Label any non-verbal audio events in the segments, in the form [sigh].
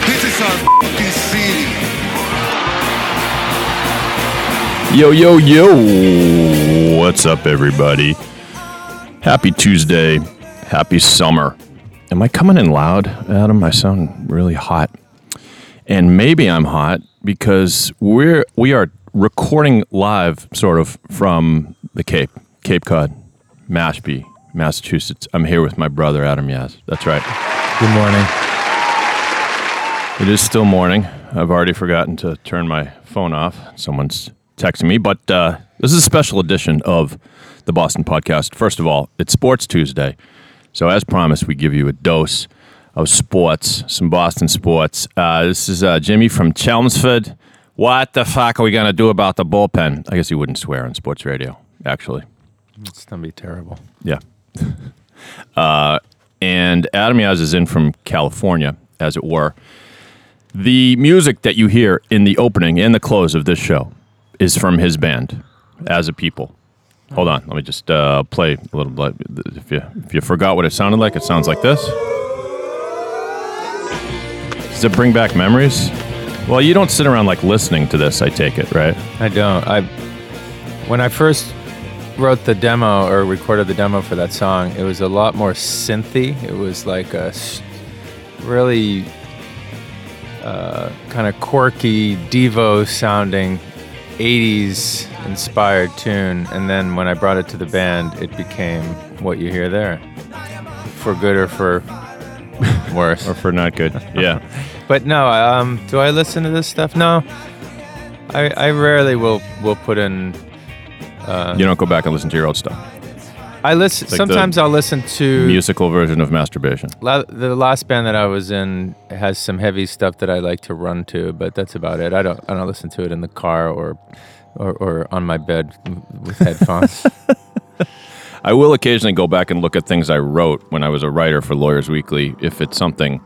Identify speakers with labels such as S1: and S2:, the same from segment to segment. S1: This is our f***ing city.
S2: Yo, yo, yo. What's up, everybody? Happy Tuesday. Happy summer. Am I coming in loud, Adam? I sound really hot. And maybe I'm hot because we're we are recording live sort of from the Cape, Cape Cod, Mashpee, Massachusetts. I'm here with my brother Adam Yaz. That's right. Good morning. It is still morning. I've already forgotten to turn my phone off. Someone's texting me, but uh, this is a special edition of the Boston Podcast. First of all, it's Sports Tuesday. So, as promised, we give you a dose of sports, some Boston sports. Uh, this is uh, Jimmy from Chelmsford. What the fuck are we going to do about the bullpen? I guess you wouldn't swear on sports radio, actually.
S3: It's gonna be terrible.
S2: Yeah. [laughs] uh, and Adam Yaz is in from California, as it were. The music that you hear in the opening and the close of this show is from his band, As a People. Hold on, let me just uh, play a little bit. If you, if you forgot what it sounded like, it sounds like this. Does it bring back memories? Well, you don't sit around like listening to this, I take it, right?
S3: I don't. I when I first wrote the demo or recorded the demo for that song, it was a lot more synthy. It was like a s- really uh, kind of quirky Devo sounding 80s inspired tune and then when I brought it to the band it became what you hear there for good or for worse
S2: Or for not good. Yeah. [laughs]
S3: But no, um, do I listen to this stuff? No, I, I rarely will will put in.
S2: you don't go back and listen to your old stuff.
S3: I listen.
S2: like the
S3: sometimes I'll listen to
S2: Musical version of masturbation.
S3: La- the last band that I was in has some heavy stuff that I like to run to, but that's about it. I don't I don't listen to it in the car or or, or on my bed with
S2: [laughs]
S3: headphones.
S2: I will occasionally go back and look at things I wrote when I was a writer for Lawyers Weekly. If it's something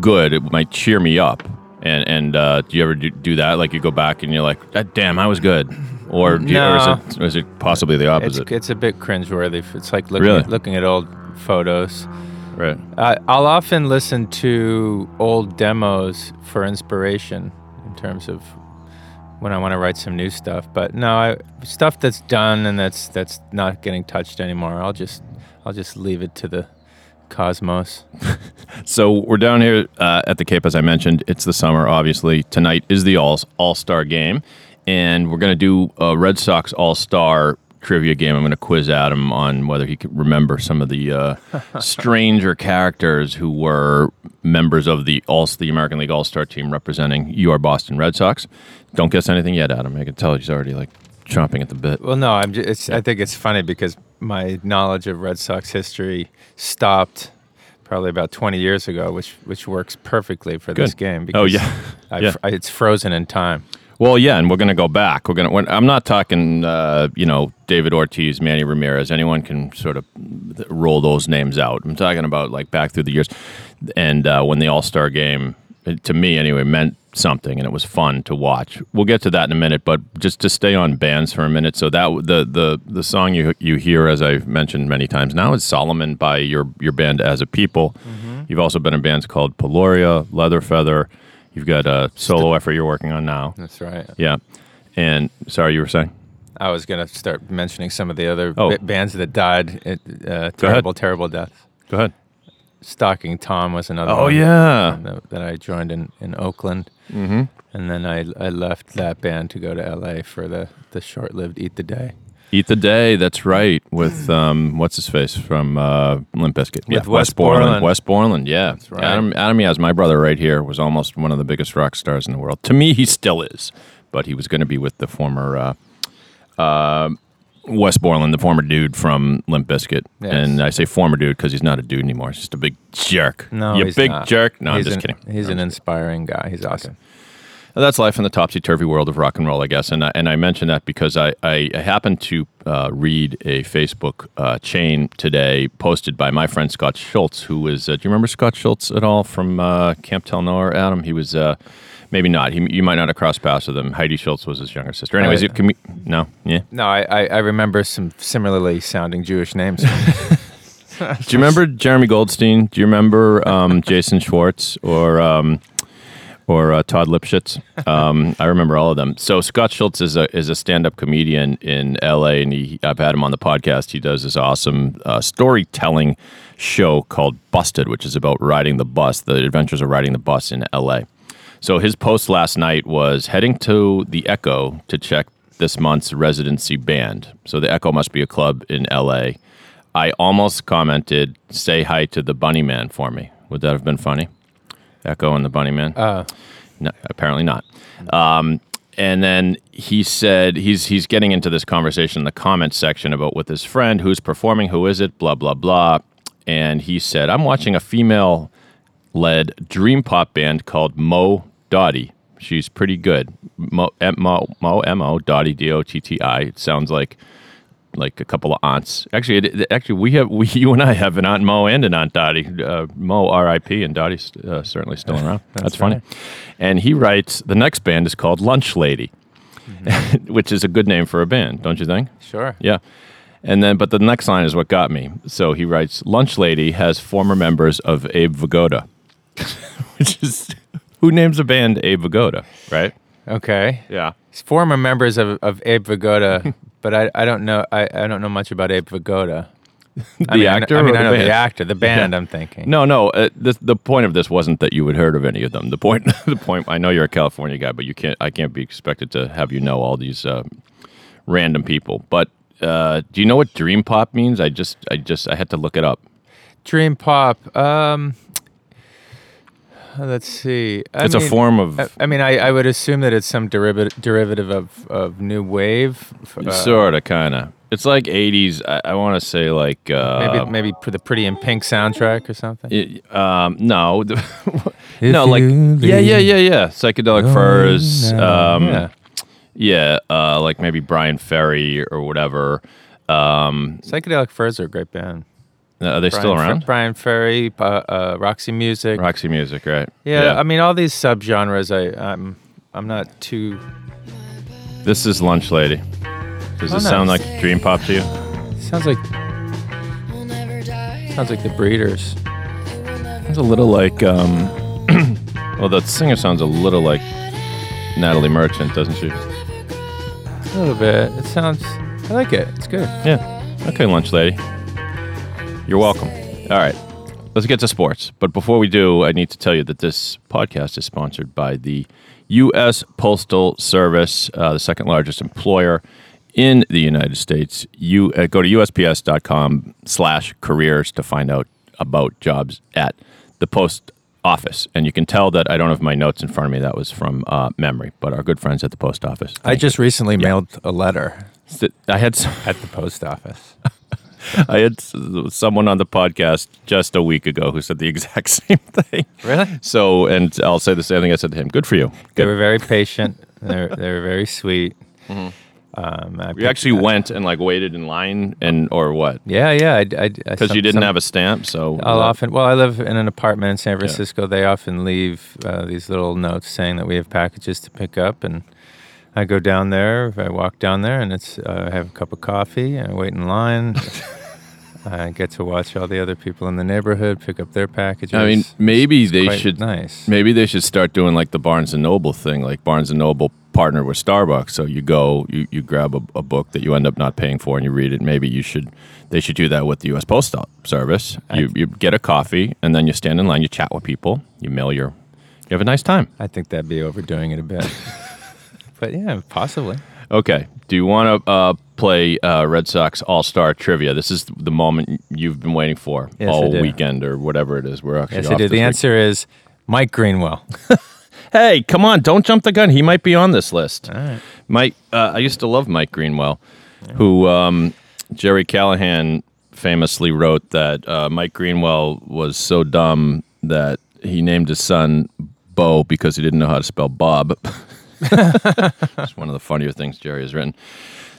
S2: good, it might cheer me up. And and uh, do you ever do, do that? Like you go back and you're like, "Ah, damn, I was good. Or, do you,
S3: No.
S2: or, is it, or is it possibly the
S3: it's,
S2: opposite?
S3: it's a bit cringeworthy. It's like looking
S2: Really?
S3: at, looking at old photos.
S2: Right.
S3: Uh, I'll often listen to old demos for inspiration in terms of when I want to write some new stuff. But no, I, stuff that's done and that's that's not getting touched anymore. I'll just I'll just leave it to the cosmos.
S2: So we're down here uh, at the Cape, as I mentioned. It's the summer, obviously. Tonight is the All All Star game, and we're going to do a Red Sox All Star trivia game. I'm going to quiz Adam on whether he can remember some of the uh, stranger characters who were members of the All the American League All Star team representing your Boston Red Sox. Don't guess anything yet, Adam. I can tell he's already like chomping at the bit.
S3: Well, no, I'm just, it's, I think it's funny because my knowledge of Red Sox history stopped probably about 20 years ago, which which works perfectly for this
S2: Good.
S3: game.
S2: Oh, yeah.
S3: I,
S2: [laughs] Yeah.
S3: I, it's frozen in time.
S2: Well, yeah, and we're going to go back. We're going to. I'm not talking, uh, you know, David Ortiz, Manny Ramirez. Anyone can sort of th- roll those names out. I'm talking about like back through the years, and uh, when the All Star Game, it- to me anyway, meant something, and it was fun to watch. We'll get to that in a minute, but just to stay on bands for a minute. So that w- the the the song you you hear, as I've mentioned many times now, is Solomon by your your band As a People. You've also been in bands called Peloria, Leather Feather. You've got a solo effort you're working on now.
S3: That's right.
S2: Yeah. And sorry, you were saying?
S3: I was gonna start mentioning some of the other
S2: Oh.
S3: ba- bands that died. It, uh, terrible, terrible deaths.
S2: Go ahead.
S3: Stalking Tom was another.
S2: Oh,
S3: one uh,
S2: yeah.
S3: that, that I joined in in Oakland, mm-hmm. and then I I left that band to go to L.A. for the the short-lived Eat the Day
S2: Eat the Day. That's right.
S3: [clears throat]
S2: With um, what's his face from uh, Limp Bizkit?
S3: With Wes Borland.
S2: West Borland. Yeah. That's
S3: right.
S2: Adam Adam Yaz, my brother right here, was almost one of the biggest rock stars in the world. To me, he still is, but he was going to be with the former. Uh, uh, Wes Borland, the former dude from Limp Bizkit,
S3: Yes.
S2: and I say former dude because he's not a dude anymore. He's just a big jerk.
S3: No,
S2: you
S3: he's
S2: big
S3: not.
S2: jerk. No, I'm
S3: He's
S2: just
S3: an-
S2: kidding.
S3: He's an inspiring guy. He's awesome.
S2: That's life in the topsy turvy world of rock and roll, I guess. And I, and I mention that because I, I happened to uh, read a Facebook uh, chain today posted by my friend Scott Schultz, who is, uh, do you remember Scott Schultz at all from uh, Camp Tel Noor, Adam? He was, uh, maybe not. He, you might not have crossed paths with him. Heidi Schultz was his younger sister. Anyways,
S3: yeah.
S2: it can be, no, yeah.
S3: No, I, I, I remember some similarly sounding
S2: [laughs]
S3: Jewish names.
S2: Do you remember Jeremy Goldstein? Do you remember um, Jason Schwartz or um, or uh, Todd Lipschitz? Um, I remember all of them. So Scott Schultz is a is a stand up comedian in L.A. and he I've had him on the podcast. He does this awesome uh, storytelling show called Busted, which is about riding the bus, the adventures of riding the bus in L.A. So his post last night was heading to the Echo to check this month's residency band. So the Echo must be a club in LA. I almost commented, "Say hi to the Bunny Man for me." Would that have been funny? Echo and the Bunny Man. Uh, no, apparently not. Um, and then he said he's he's getting into this conversation in the comments section about with his friend who's performing, who is it, blah blah blah. And he said, "I'm watching a female." led dream pop band called Mo Dottie. She's pretty good. Mo M- Mo Mo M O Dottie D O T T I. It sounds like like a couple of aunts. Actually, it, it- actually, we have [laughs] we you and I have an aunt Mo and an aunt Dottie. Uh, Mo R.I.P. and Dottie's uh, certainly still around. [laughs] That's, funny. And he writes the next band is called Lunch Lady, [laughs] which is a good name for a band, don't you think?
S3: sure.
S2: Yeah. And then, but the next line is what got me. So he writes, Lunch Lady has former members of Abe Vigoda, [laughs] which is who names a band Abe Vigoda, right?
S3: Okay.
S2: Yeah.
S3: He's former members of, of Abe
S2: [laughs]
S3: Vigoda, but I, I don't know I, I don't know much about Abe Vigoda. The I mean, I kn-
S2: actor
S3: I, mean,
S2: or
S3: I
S2: the
S3: know
S2: band?
S3: the actor, the band. I'm thinking.
S2: No, no. Uh, this, the point of this wasn't that you had heard of any of them. The point, [laughs] the point. I know you're a California guy, but you can't. I can't be expected to have you know all these uh, random people. But uh, do you know what dream pop means? I just, I just, I had to look it up.
S3: Dream pop. Um, let's see. I
S2: It's a
S3: mean- uh,
S2: form of-
S3: I, I mean, I, I would assume that it's some derivative derivative of, of new wave. f- uh,
S2: sort of, kind of. It's like '80s. I, I want to say like uh,
S3: maybe maybe pr- the Pretty in Pink soundtrack or something.
S2: It- um, no, [laughs] The-
S3: If
S2: no, like
S3: you
S2: yeah, yeah,
S3: leave
S2: yeah, yeah. Psychedelic furs, um,
S3: Yeah.
S2: yeah, uh, like maybe Brian Ferry or whatever. Um,
S3: Psychedelic Furs are a great band.
S2: Uh, are they still
S3: Brian Fer-
S2: around?
S3: Brian Ferry, uh, uh, Roxy Music.
S2: Roxy Music, right?
S3: Yeah, I mean, all these subgenres. I I'm I'm not too.
S2: this is Lunch Lady. Does
S3: Oh,
S2: this sound
S3: nice.
S2: like dream pop to you?
S3: Sounds like sounds like the Breeders.
S2: It's a little like, um, [clears throat] well, that singer sounds a little like Natalie Merchant, doesn't she?
S3: A little bit. It sounds. I like it. It's good.
S2: Yeah. Okay, lunch lady. You're welcome. All right. Let's get to sports. But before we do, I need to tell you that this podcast is sponsored by the U.S. Postal Service, uh, the second largest employer in the United States. You uh, go to USPS.com slash careers to find out about jobs at the post office. And you can tell that I don't have my notes in front of me. That was from uh, memory, but our good friends at the post office.
S3: I just recently mailed a letter
S2: I had some.
S3: at the post office.
S2: I had s- someone on the podcast just a week ago who said the [laughs] exact same thing.
S3: Really?
S2: So, and I'll say the same thing I said to him. Good for you.
S3: They
S2: Good.
S3: were very patient. they were, they were very sweet. Um, I
S2: Mm-hmm. you actually went and like waited in line and or what?
S3: Yeah, yeah. I, I,
S2: Because you didn't have a stamp. So
S3: I'll often. Well, I live in an apartment in San Francisco. They often leave uh, these little notes saying that we have packages to pick up, and I go down there. I walk down there, and it's uh, I have a cup of coffee. I wait
S2: [laughs]
S3: in line. I get to watch all the other people in the neighborhood pick up their packages.
S2: I mean, maybe they
S3: quite
S2: should.
S3: nice.
S2: Maybe they should start doing like the Barnes and Noble thing. Like Barnes and Noble partnered with Starbucks, so you go, you, you grab a, a book that you end up not paying for, and you read it. Maybe you should. They should do that with the U.S. Postal Service. You you get a coffee, and then you stand in line, you chat with people, you mail your. You have a nice time.
S3: I think that'd be overdoing it
S2: [laughs]
S3: a bit. but yeah, possibly.
S2: Okay. Do you want to uh, play uh, Red Sox All Star Trivia? This is the moment you've been waiting for
S3: Yes, I
S2: all
S3: do.
S2: weekend or whatever it is. We're actually
S3: Yes,
S2: off
S3: I did.
S2: this
S3: The
S2: week.
S3: answer is Mike Greenwell.
S2: Hey, come on! Don't jump the gun. He might be on this list. Mike, uh, I used to love Mike Greenwell. who um, Jerry Callahan famously wrote that uh, Mike Greenwell was so dumb that he named his son Bo because he didn't know how to spell Bob. [laughs] it's one of the funnier things Jerry has written.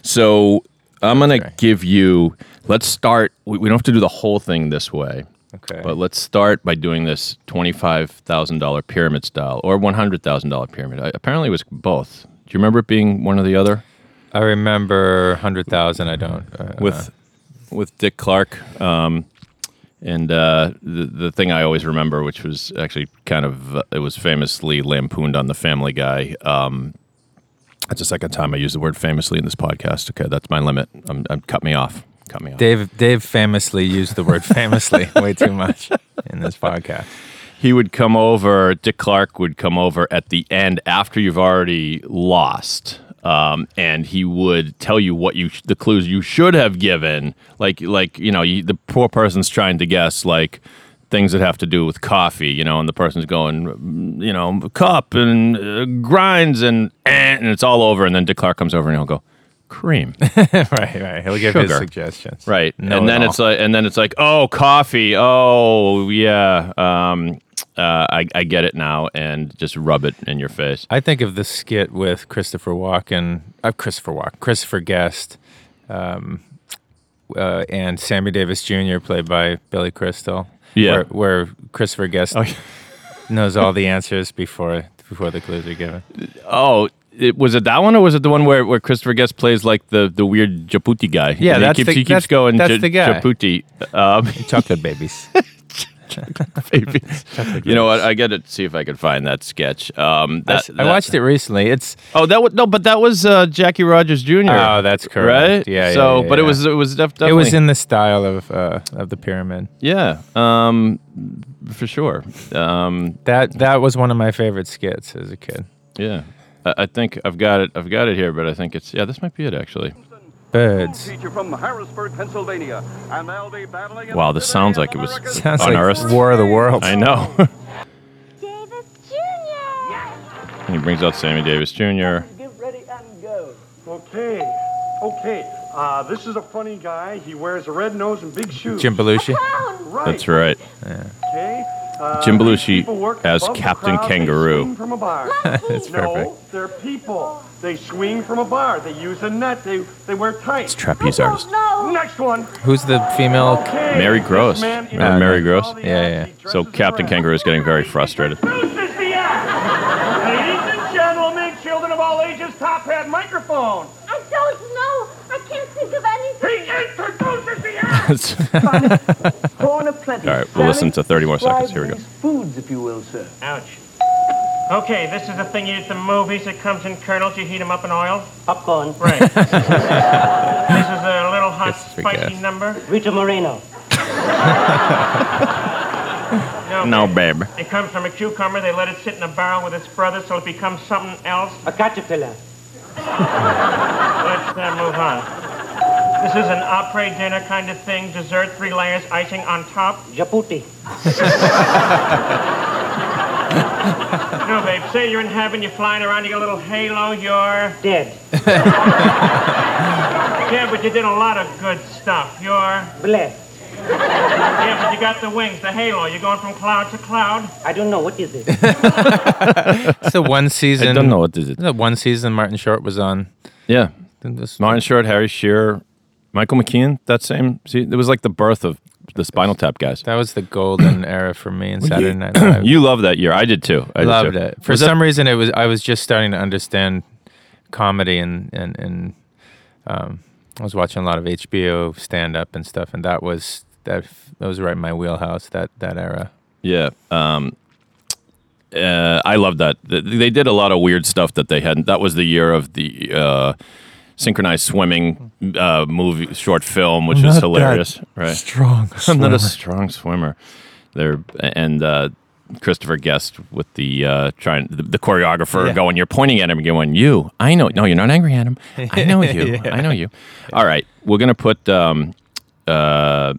S2: So I'm going to give you, let's start, we, we don't have to do the whole thing this way.
S3: Okay.
S2: But let's start by doing this twenty-five thousand dollar pyramid style or one hundred thousand dollar pyramid. I, apparently, it was both. Do you remember it being one or the other?
S3: I remember hundred thousand. I don't. Uh,
S2: with with Dick Clark. Um, and uh, the the thing I always remember, which was actually kind of uh, it was famously lampooned on the Family Guy. Um, that's the second time I use the word famously in this podcast. Okay, that's my limit. I'm, I'm cut me off. Cut me off.
S3: Dave. Dave famously used the
S2: [laughs]
S3: word famously way too much in this podcast. [laughs]
S2: he would come over. Dick Clark would come over at the end after you've already lost, um, and he would tell you what you the clues you should have given. Like like you know you, the poor person's trying to guess like things that have to do with coffee, you know, and the person's going mm, you know cup and uh, grinds and eh, and it's all over, and then Dick Clark comes over and he'll go cream.
S3: right. Right. He'll give his
S2: Sugar.
S3: suggestions.
S2: Right.
S3: Know
S2: and
S3: it
S2: then
S3: all.
S2: it's like and then it's like, oh, coffee. Oh yeah. Um uh, I, I get it now and just rub it in your face.
S3: I think of the skit with Christopher Walken, uh, Christopher Walken, Christopher Guest, um, uh, and Sammy Davis Jr., played by Billy Crystal.
S2: Yeah. Oh,
S3: where, where Christopher Guest [laughs] knows all the answers before before the clues are given.
S2: Oh, it was it that one or was it the one where, where Christopher Guest plays like the, the weird Japuti guy?
S3: Yeah,
S2: And
S3: that's
S2: he keeps
S3: the-
S2: he keeps
S3: that's-
S2: going
S3: that's
S2: "Ja-
S3: the guy." [laughs]
S2: Japuti. Um,
S3: Chocolate babies.
S2: babies. you know what? I got to see if I could find that sketch. Um, [laughs]
S3: I
S2: that,
S3: s- I watched it recently. It's
S2: Oh, that was no, but that was uh, Jackie Rogers Jr.
S3: Oh, that's
S2: Right?
S3: correct. Yeah, yeah,
S2: So,
S3: yeah,
S2: but it
S3: yeah.
S2: was it was def- definitely
S3: it was in the style of uh, of the pyramid.
S2: yeah, um, for sure. Um,
S3: That that was one of my favorite skits as a kid.
S2: Yeah, I, I think I've got it. I've got it here, but I think it's yeah. This might be it actually.
S3: Birds. [laughs]
S4: teacher from Harrisburg, Pennsylvania, and they'll be battling. in
S2: Wow, this
S4: the
S2: sounds
S4: city of
S2: like it was-
S4: America's
S3: Sounds
S2: Unearthed.
S3: like War of the Worlds.
S2: I know. [laughs]
S5: Davis Jr.
S2: he brings out Sammy Davis Jr.
S6: Get ready and go.
S7: [laughs] Okay, okay. Uh, this is a funny guy. He wears a red nose and big shoes.
S3: Jim Belushi.
S7: [laughs] Right.
S2: That's right.
S7: Okay. Uh,
S2: Jim Belushi
S7: people work
S2: as
S7: above the
S2: Captain
S7: crowd. They
S2: Kangaroo.
S7: swing From a
S2: [laughs]
S7: bar.
S3: That's
S7: no,
S3: perfect.
S7: they're people. They swing from a bar. They use a net. They they wear tights.
S2: Trapeze artist.
S7: Next one.
S3: Who's the female?
S2: [laughs]
S7: Okay.
S2: Mary
S7: This
S2: Gross.
S7: man is-
S2: Remember Mary Gross?
S7: all the
S3: Yeah,
S7: odds.
S3: yeah.
S7: He
S2: So
S7: dresses
S2: Captain
S7: around.
S2: Kangaroo is getting very frustrated.
S7: Bruce is the act. Ladies and gentlemen, children of all ages, top hat microphone.
S5: I don't know. I can't think of
S7: He
S5: anything.
S7: introduces the act.
S3: [laughs]
S2: All
S6: Corn of plenty.
S2: right, we'll listen to 30 more
S6: Describe
S2: seconds. Here we go.
S6: these Foods, if you will, sir.
S7: Ouch. Okay, this is the thing you eat at the movies. It comes in kernels. You heat them up in oil.
S6: Popcorn.
S7: Right. this is a little hot,
S3: This is for
S7: spicy
S3: gas.
S7: number.
S6: Rita Moreno.
S7: No.
S2: No, babe.
S7: It comes from a cucumber. They let it sit in a barrel with its brother, so it becomes something else.
S6: A caterpillar.
S7: Let's uh, move on. This is an après dinner kind of thing. Dessert, three layers, icing on top.
S6: Japuti.
S7: No, babe. Say you're in heaven. You're flying around. You got a little halo. You're
S6: Dead.
S7: yeah, but you did a lot of good stuff. You're
S6: Blessed.
S7: yeah, but you got the wings, the halo. You're going from cloud to cloud.
S6: I don't know. What is it?
S3: It's the one season.
S2: I don't know what is it.
S3: The one season Martin Short was on.
S2: Yeah,
S3: This-
S2: Martin Short, Harry Shearer, Michael McKean. That same. See, it was like the birth of the Spinal Tap guys.
S3: That was
S2: [coughs]
S3: the golden era for me in Saturday Night Live.
S2: You loved that year. I did too. I did
S3: loved
S2: too.
S3: it. For
S2: Was that-
S3: some reason, it was I was just starting to understand comedy and and and um, I was watching a lot of HBO stand up and stuff, and that was that f- that was right in my wheelhouse. That that era.
S2: Yeah. Um, uh, I love that. Th- They did a lot of weird stuff that they hadn't. That was the year of the uh, synchronized swimming uh, movie, short film, which is hilarious. Right?
S3: [laughs] Strong.
S2: [laughs] I'm not a strong swimmer. There and uh, Christopher Guest with the uh, trying the, the choreographer
S3: Yeah.
S2: going. You're pointing at him and going, "You, I know. No, you're not angry at him. I
S3: [laughs]
S2: know you. I know you." All right, we're gonna put um, uh,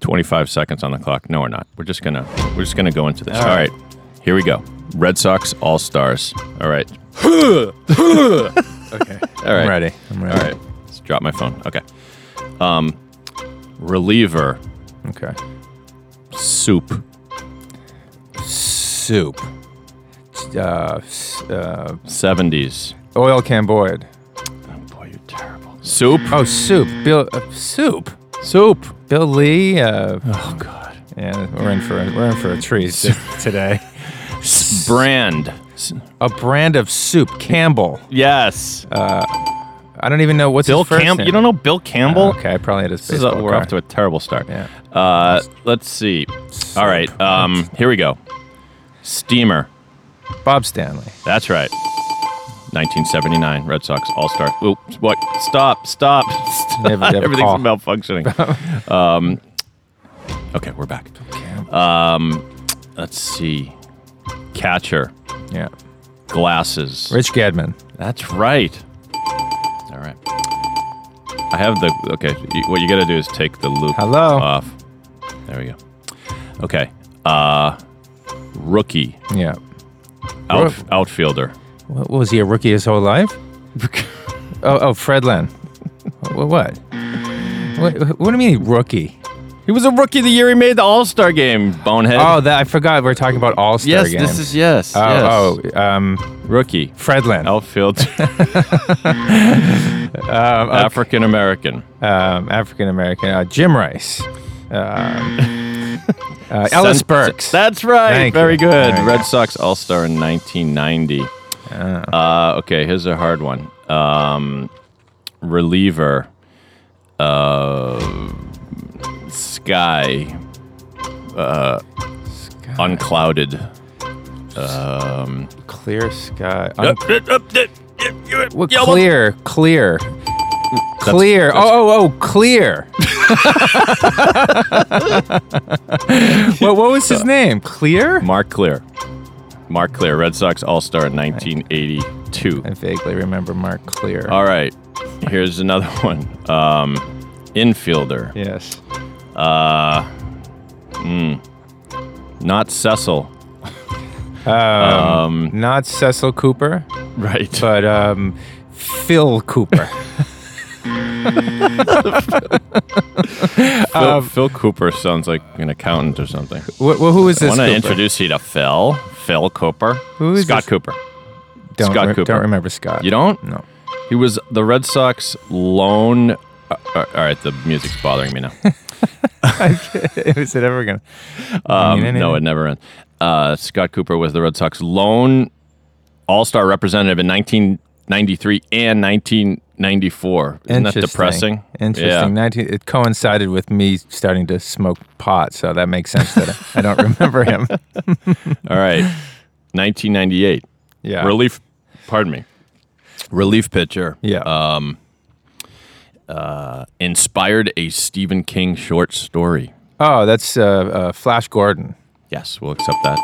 S2: 25 seconds on the clock. No, we're not. We're just gonna we're just gonna go into this. All right. here we go. Red Sox All Stars. All right. [laughs]
S3: Okay.
S2: All right.
S3: I'm ready. I'm ready.
S2: All right. Just drop my phone. Okay. Um, reliever
S3: Okay.
S2: soup.
S3: Soup. Uh, s- uh,
S2: Seventies.
S3: oil can Boyd.
S2: Oh boy, you're terrible. Soup.
S3: Oh, soup. Bill. Uh, soup.
S2: Soup.
S3: Bill Lee. Uh,
S2: Oh god.
S3: yeah, we're in for a, we're in for a treat t- today.
S2: Brand. S-
S3: A brand of soup, Campbell.
S2: Yes.
S3: I don't even know what's
S2: Bill
S3: his Uh, first
S2: Campbell.
S3: name. Ah,
S2: You don't know Bill Campbell?
S3: Okay, I probably had his
S2: This is a,
S3: baseball
S2: we're
S3: card.
S2: off to a terrible start.
S3: Yeah.
S2: Uh, let's see. All right. Um, here we go. Steamer.
S3: Bob Stanley.
S2: That's right. 1979 Red Sox All Star. Oops. What? Stop. Stop. stop.
S3: [laughs] Never get
S2: [laughs]
S3: a
S2: Everything's
S3: call.
S2: malfunctioning. um,
S3: [laughs]
S2: okay, we're back. Uh, Let's see. Catcher.
S3: Yeah.
S2: Glasses.
S3: Rich Gedman.
S2: That's right. All right. I have the okay. You, what you got to do is take the loop
S3: Hello.
S2: off. There we go. Okay. Uh, rookie
S3: Yeah.
S2: out,
S3: Roof.
S2: outfielder.
S3: What was he a rookie his
S2: [laughs]
S3: whole life? oh, oh, Fred Lynn. what? What? What, what do you mean rookie?
S2: He was a rookie the year he made the All Star game. Bonehead.
S3: Oh, that I forgot. We're talking about All Star
S2: yes.
S3: games.
S2: This is yes.
S3: Oh,
S2: yes. Oh.
S3: oh um,
S2: rookie
S3: Fred Lynn.
S2: outfield. [laughs] Um, African American.
S3: um, African American. Uh, Jim Rice. Um, [laughs] uh, Ellis
S2: Cent-
S3: Burks.
S2: That's right.
S3: Thank
S2: Very
S3: you.
S2: good.
S3: There you
S2: Red
S3: go.
S2: Sox All Star in 1990. Uh, okay, here's a hard one. Um, reliever. Uh, sky. Uh, unclouded.
S3: clear sky.
S2: Uh,
S3: Un-
S2: uh, uh, uh, uh,
S3: what,
S2: yeah, well-
S3: clear, clear, clear.
S2: that's-
S3: oh, oh, oh,
S2: [laughs]
S3: clear. what, what was his name? Clear?
S2: Uh, Mark Clear. Mark Clear, Red Sox All Star in 1982.
S3: I vaguely remember Mark Clear.
S2: All right, here's another [laughs] one. Um, infielder.
S3: Yes.
S2: Not Cecil. mm.
S3: Not Cecil Cooper, [laughs]
S2: Right.
S3: but um, Phil
S2: [laughs]
S3: Cooper.
S2: Phil, Phil Cooper sounds like an accountant or something.
S3: Wh- wh- who is
S2: I
S3: this?
S2: want to
S3: Cooper?
S2: introduce you to Phil. Phil Cooper.
S3: Who is
S2: Scott
S3: this?
S2: Cooper.
S3: don't
S2: Scott Cooper.
S3: Don't remember Scott.
S2: You don't?
S3: No. [laughs]
S2: He was the Red Sox lone. uh, uh, all right, the music's bothering
S3: [laughs]
S2: me now.
S3: is it ever gonna?
S2: Um,
S3: mean
S2: no,
S3: anything?
S2: it never ends. Uh, Scott Cooper was the Red Sox lone All Star representative in 1993 and 1994. Isn't that
S3: Interesting.
S2: depressing?
S3: Interesting.
S2: Yeah.
S3: 19, it coincided with me starting to smoke pot, so that makes sense that I, I don't [laughs] remember him.
S2: All
S3: [laughs]
S2: right. 1998.
S3: Yeah.
S2: Relief. Pardon me. Relief pitcher.
S3: Yeah.
S2: inspired a Stephen King short story.
S3: oh, that's uh, uh, Flash Gordon.
S2: Yes, we'll accept that.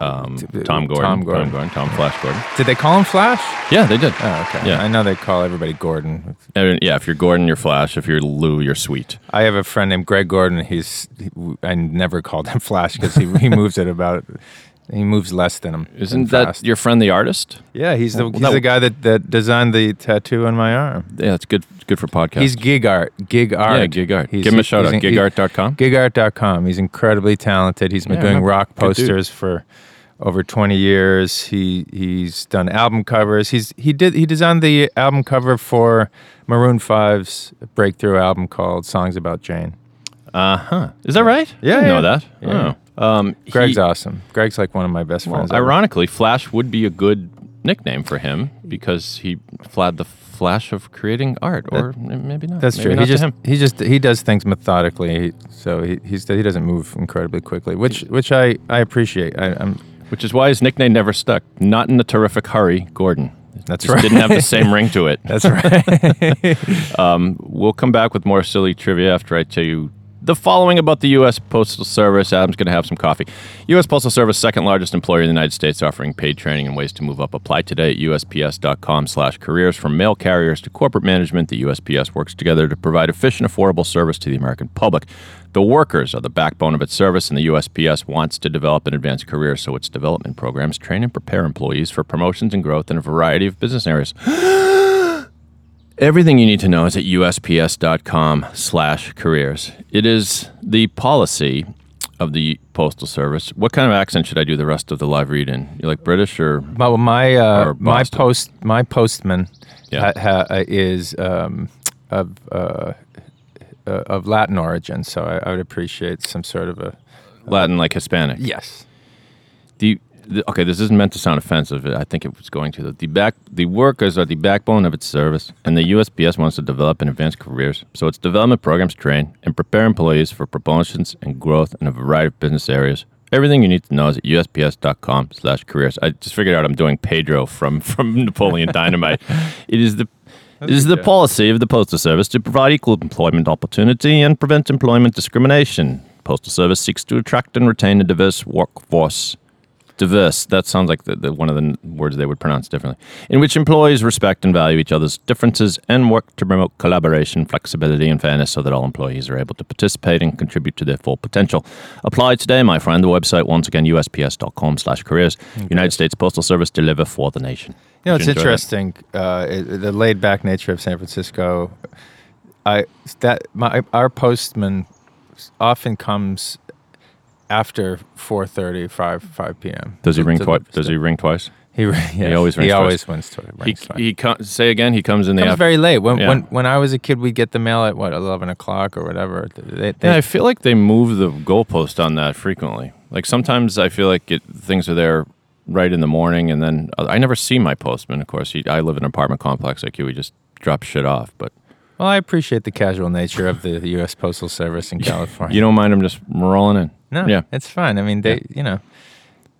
S2: Um, Tom Gordon.
S3: uh, Tom Gordon.
S2: Tom Tom Flash Gordon.
S3: Did they call him Flash?
S2: Yeah, they did.
S3: Oh, okay.
S2: Yeah.
S3: I know they call everybody Gordon.
S2: Uh, yeah, if you're Gordon, you're Flash. If you're Lou, you're Sweet.
S3: I have a friend named Greg Gordon. He's he, I never called him Flash because he, he moves at about he moves less than him.
S2: Isn't
S3: than
S2: that
S3: Fast.
S2: your friend, the artist?
S3: yeah? He's the he's
S2: that-
S3: the guy that, that designed the tattoo on my arm.
S2: Yeah, it's good. Good for podcasts.
S3: He's gig art, gig art.
S2: Yeah, gig art.
S3: He's-
S2: Give him a
S3: he's-
S2: shout out.
S3: he's-
S2: Gigart.com?
S3: Gigart.com. He's incredibly talented. He's been
S2: Yeah, I
S3: doing
S2: remember.
S3: rock
S2: Good dude.
S3: posters for over 20 years. He he's done album covers. He's he did he designed the album cover for Maroon 5's breakthrough album called Songs About Jane.
S2: Is that right? I
S3: Yeah,
S2: didn't
S3: yeah.
S2: know that.
S3: Yeah.
S2: Oh. Um, he-
S3: Greg's awesome. Greg's like one of my best
S2: well,
S3: friends. ever.
S2: ironically, Flash would be a good nickname for him because he flad the flash of creating art, or m- maybe not.
S3: That's
S2: Maybe
S3: true.
S2: Not
S3: He
S2: to
S3: just
S2: him.
S3: he just he does things methodically. He, so he he's, he doesn't move incredibly quickly, which which I I appreciate. I, I'm
S2: which is why his nickname never stuck. Not in a terrific hurry, Gordon. It
S3: That's
S2: just
S3: right.
S2: Didn't have
S3: [laughs]
S2: the same ring to it.
S3: that's right.
S2: We'll come back with more silly trivia after I tell you the following about the U.S. Postal Service. Adam's going to have some coffee. U.S. Postal Service, second largest employer in the United States, offering paid training and ways to move up. Apply today at USPS.com slash careers. From mail carriers to corporate management, the USPS works together to provide efficient, affordable service to the American public. The workers are the backbone of its service, and the USPS wants to develop an advanced career, so its development programs train and prepare employees for promotions and growth in a variety of business areas. Everything you need to know is at usps.com slash careers. It is the policy of the Postal Service. What kind of accent should I do the rest of the live read in? You like British or
S3: My well, my uh,
S2: Or
S3: my
S2: Boston.
S3: post my postman
S2: Yeah.
S3: ha, ha, uh, is um, of uh, uh, of Latin origin, so I, I would appreciate some sort of a
S2: Latin like Hispanic?
S3: yes.
S2: The, the okay, this isn't meant to sound offensive. I think it was going to. The back the workers are the backbone of its service, and the USPS wants to develop and advance careers. So its development programs train and prepare employees for promotions and growth in a variety of business areas. Everything you need to know is at usps.com slash careers. I just figured out I'm doing Pedro from, [laughs] from Napoleon Dynamite. it is the it is the policy of the Postal Service to provide equal employment opportunity and prevent employment discrimination. Postal Service seeks to attract and retain a diverse workforce diverse. That sounds like the, the, one of the n- words they would pronounce differently. In which employees respect and value each other's differences and work to promote collaboration, flexibility, and fairness so that all employees are able to participate and contribute to their full potential. Apply today, my friend. The website, once again, usps.com slash careers. United States Postal Service deliver for the nation.
S3: You know, it's
S2: Did enjoy that?
S3: interesting uh, it, the laid back nature of San Francisco. I that my our postman often comes after 4.30, 5, 5 p.m.
S2: Does he
S3: To-
S2: ring
S3: to-
S2: twice? Does he ring twice?
S3: He, [laughs] yes, he
S2: always rings
S3: He
S2: twice.
S3: always wins twice.
S2: He,
S3: rings twice.
S2: he com- say again. He comes in the
S3: It was
S2: afternoon.
S3: very late. When,
S2: Yeah.
S3: when when I was a kid, we'd get the mail at what eleven o'clock or whatever. They, they,
S2: Yeah, I feel like they move the goalpost on that frequently. Like sometimes I feel like it, things are there right in the morning, and then I never see my postman. Of course, he, I live in an apartment complex like you. We just drop shit off, but
S3: well, I appreciate the casual nature of the, the U.S. Postal Service in California.
S2: [laughs] you don't mind him just rolling in.
S3: no,
S2: yeah,
S3: it's fine. I mean, they you know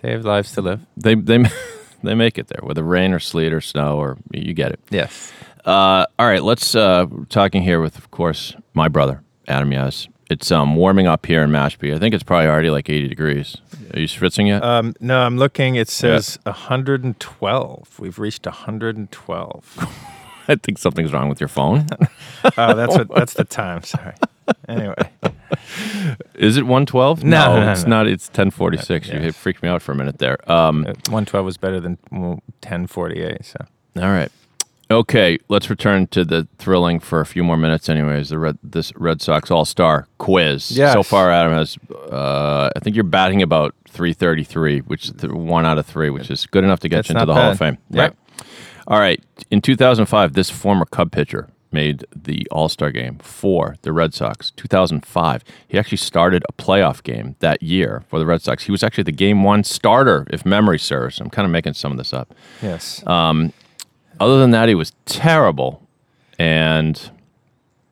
S3: they have lives to live.
S2: they they [laughs] they make it there, whether rain or sleet or snow or you get it.
S3: Yes.
S2: Uh, all right, let's uh, we're talking here with, of course, my brother Adam Yaz. It's um, warming up here in Mashpee. I think it's probably already like 80 degrees. Are you schwitzing yet?
S3: Um, no, I'm looking. It says 112. We've
S2: [laughs]
S3: reached 112.
S2: [laughs] I think something's wrong with your
S3: [laughs]
S2: phone.
S3: oh, that's what that's the time. Sorry. Anyway,
S2: Is it 112?
S3: No, no, no,
S2: it's
S3: no. Uh,
S2: not. It's 1046. You it freaked me out for a minute there. [laughs] Um,
S3: 112 was better than well, 1048. So
S2: all right. Okay, let's return to the thrilling for a few more minutes. Anyways, the Red, this Red Sox All Star quiz.
S3: Yes.
S2: So far, Adam has. Uh, I think you're batting about 333, which is th- one out of three, which is good enough to get
S3: That's
S2: you into
S3: not
S2: the Hall of Fame.
S3: bad. Right.
S2: All right. In 2005, this former Cub pitcher made the All Star game for the Red Sox. 2005, he actually started a playoff game that year for the Red Sox. He was actually the game one starter, if memory serves. I'm kind of making some of this up.
S3: yes.
S2: Other than that, he was terrible, and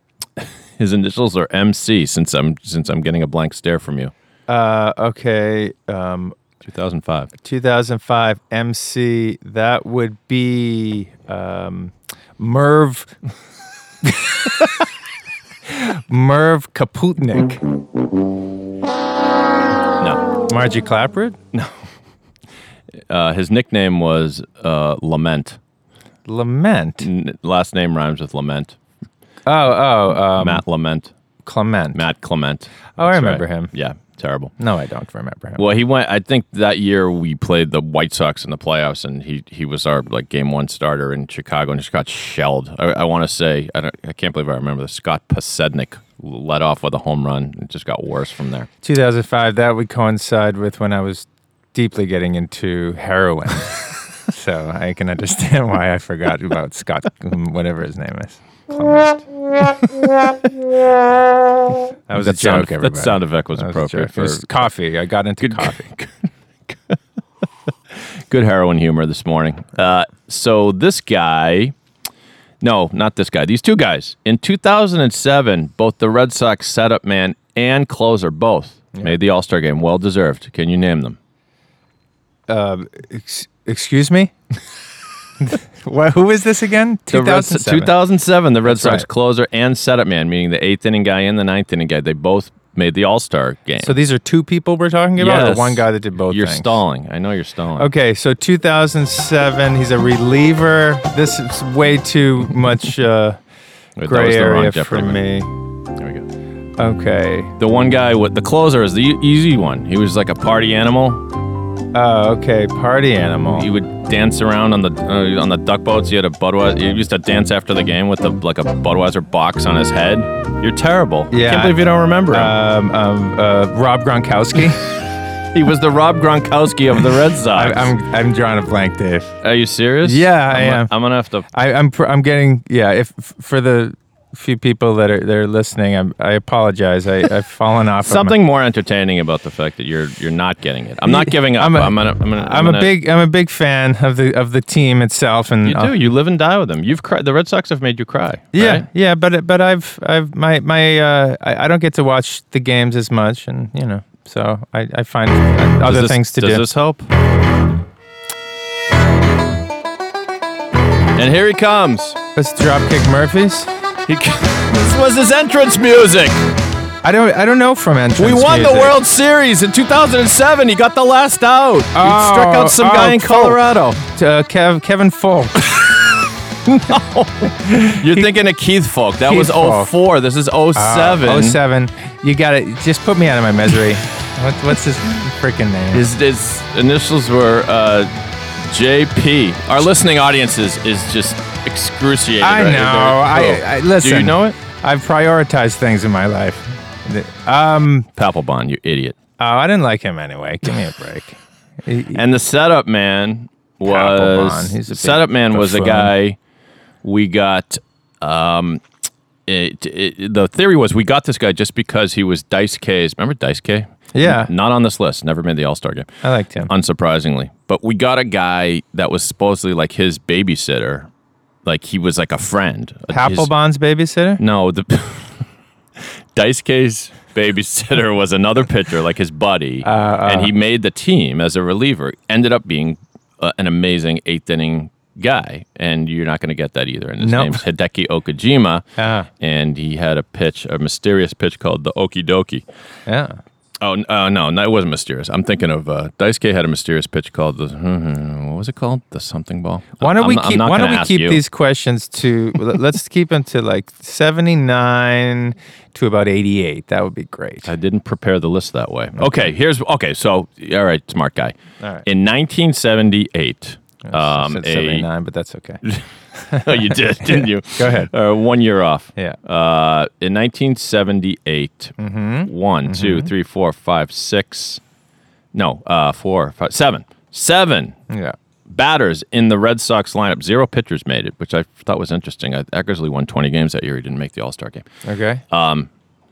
S2: [laughs] his initials are MC. Since I'm since I'm getting a blank stare from you.
S3: Uh, okay. Um,
S2: 2005.
S3: 2005 MC. That would be um, Merv. [laughs] Merv Kaputnik.
S2: No,
S3: Margie Clapper?
S2: uh, his nickname was uh, Lament.
S3: Lament.
S2: N- last name rhymes with Lament.
S3: Oh, oh, um,
S2: Matt Lament.
S3: Clement.
S2: Matt Clement.
S3: Oh, I
S2: That's
S3: remember him.
S2: Yeah, terrible.
S3: No, I don't remember him.
S2: Well, he went. I think that year we played the White Sox in the playoffs, and he he was our like game one starter in Chicago, and just got shelled. I, I want to say I, don't, I can't believe I remember this. Scott Pasednik led off with a home run. It just got worse from there.
S3: 2005, that would coincide with when I was deeply getting
S2: [laughs]
S3: into heroin. so I can understand why I forgot about Scott, whatever his name is. Clement. that was
S2: That
S3: a
S2: sound-
S3: joke,
S2: that
S3: everybody.
S2: sound effect was
S3: That a
S2: appropriate
S3: joke. It was
S2: for-
S3: coffee. I got into coffee.
S2: [laughs] Good heroin humor this morning. Uh, so this guy, no, not this guy. These two guys in 2007, both the Red Sox setup man and closer both made the All Star game. Well deserved. Can you name them?
S3: Ex-
S2: [laughs]
S3: excuse me? what, who is this again?
S2: The Red Sox-
S3: 2007.
S2: 2007, the Red Sox
S3: right.
S2: closer and setup man, meaning the eighth inning guy and the ninth inning guy, they both made the All Star game.
S3: So these are two people we're talking about, or
S2: Yes.
S3: one guy that did both
S2: You're
S3: things?
S2: stalling. I know you're stalling.
S3: Okay, so 2007, he's a reliever. This is way too much uh,
S2: Wait, [laughs] that was
S3: gray
S2: the wrong
S3: area for
S2: Jeopardy
S3: me.
S2: one. There we go.
S3: Okay.
S2: The one guy with the closer is the e- easy one. He was like a party animal.
S3: Oh, okay. Party animal.
S2: You would dance around on the uh, on the duck boats. You had a Budweiser. You used to dance after the game with the, like a Budweiser box on his head. You're terrible. I
S3: Yeah.
S2: can't believe you don't remember him.
S3: Um, um, uh, Rob
S2: [laughs]
S3: Gronkowski.
S2: he was the Rob Gronkowski of the Red
S3: [laughs] I,
S2: Sox.
S3: I'm I'm drawing a blank, Dave.
S2: Are you serious?
S3: Yeah, I
S2: I'm-
S3: am.
S2: I'm gonna have to.
S3: I, I'm pr- I'm getting yeah. If f- for the few people that are that are listening, I'm, I apologize. I, I've fallen off. of my-
S2: Something more entertaining about the fact that you're you're not getting it. I'm not giving up.
S3: I'm a-
S2: I'm gonna. I'm, gonna,
S3: I'm, a
S2: gonna-
S3: big I'm a big fan of the of the team itself and
S2: You do. You live and die with them. You've cried. The Red Sox have made you cry.
S3: yeah
S2: right?
S3: yeah but but I've I've my my uh, I, I don't get to watch the games as much and you know so I, I find
S2: Does
S3: other
S2: this-
S3: things to
S2: does
S3: do.
S2: this help? And here he comes.
S3: Let's dropkick Murphys.
S2: He, [laughs] this was his entrance music.
S3: I don't I don't know from entrance.
S2: We won the
S3: music.
S2: World Series in 2007. He got the last out.
S3: Oh,
S2: he struck out some
S3: oh,
S2: guy in
S3: Folk.
S2: Colorado.
S3: Uh, Kev,
S2: [laughs]
S3: Kevin Folk.
S2: You're thinking of Keith Ah, Folk. That was
S3: Keith Folk.
S2: 04. This is 07.
S3: Oh, 07. You got it. Just put me out of my misery. what, what's his freaking name?
S2: His, his initials were uh, JP. Our listening audience is, is just excruciating.
S3: I
S2: right?
S3: know.
S2: They're-
S3: I, I
S2: oh.
S3: listen.
S2: Do you know it?
S3: I've prioritized things in my life. The- Um.
S2: Papelbon, you idiot.
S3: Oh, I didn't like him anyway. Give me a break.
S2: And the setup man was
S3: Papelbon, he's a big
S2: setup man was a
S3: buffoon.
S2: guy we got. Um, it, it, the theory was we got this guy just because he was Dice K's. Remember Dice K?
S3: Yeah. Oh,
S2: Not on this list. Never made the All Star game.
S3: I liked him.
S2: unsurprisingly. But we got a guy that was supposedly like his babysitter. Like he was like a friend. His-
S3: Papelbon's babysitter.
S2: no, the [laughs] Dice K's babysitter was another pitcher, like his buddy, and he made the team as a reliever. Ended up being uh, an amazing eighth inning guy, and you're not going to get that either. And his
S3: Nope.
S2: name's Hideki Okajima,
S3: Ah.
S2: and he had a pitch, a mysterious pitch called the Okie Dokie.
S3: Yeah.
S2: Oh n- uh, no, no, it wasn't mysterious. I'm thinking of uh, Dice K had a mysterious pitch called the hmm, what was it called? The something ball.
S3: Why don't
S2: I'm
S3: we
S2: not- I'm
S3: keep?
S2: not
S3: Why don't
S2: gonna
S3: we
S2: ask
S3: keep
S2: you.
S3: these questions to?
S2: [laughs]
S3: let- let's keep them to like seventy nine to about eighty eight. That would be great.
S2: I didn't prepare the list that way. Okay, here's okay. So, all right, smart guy.
S3: All right.
S2: In 1978,
S3: I
S2: um,
S3: said
S2: a,
S3: 79, but that's okay.
S2: oh, [laughs] you
S3: [laughs]
S2: did, didn't you?
S3: Go ahead.
S2: Uh, one year off.
S3: Yeah.
S2: Uh, in 1978,
S3: Mm-hmm.
S2: one, two, three, four, five, six. No, uh, four, five, seven, seven
S3: Yeah.
S2: batters in the Red Sox lineup. Zero pitchers made it, which I thought was interesting. I, Eckersley won 20 games that year. He didn't make the All Star game.
S3: Okay.
S2: uh,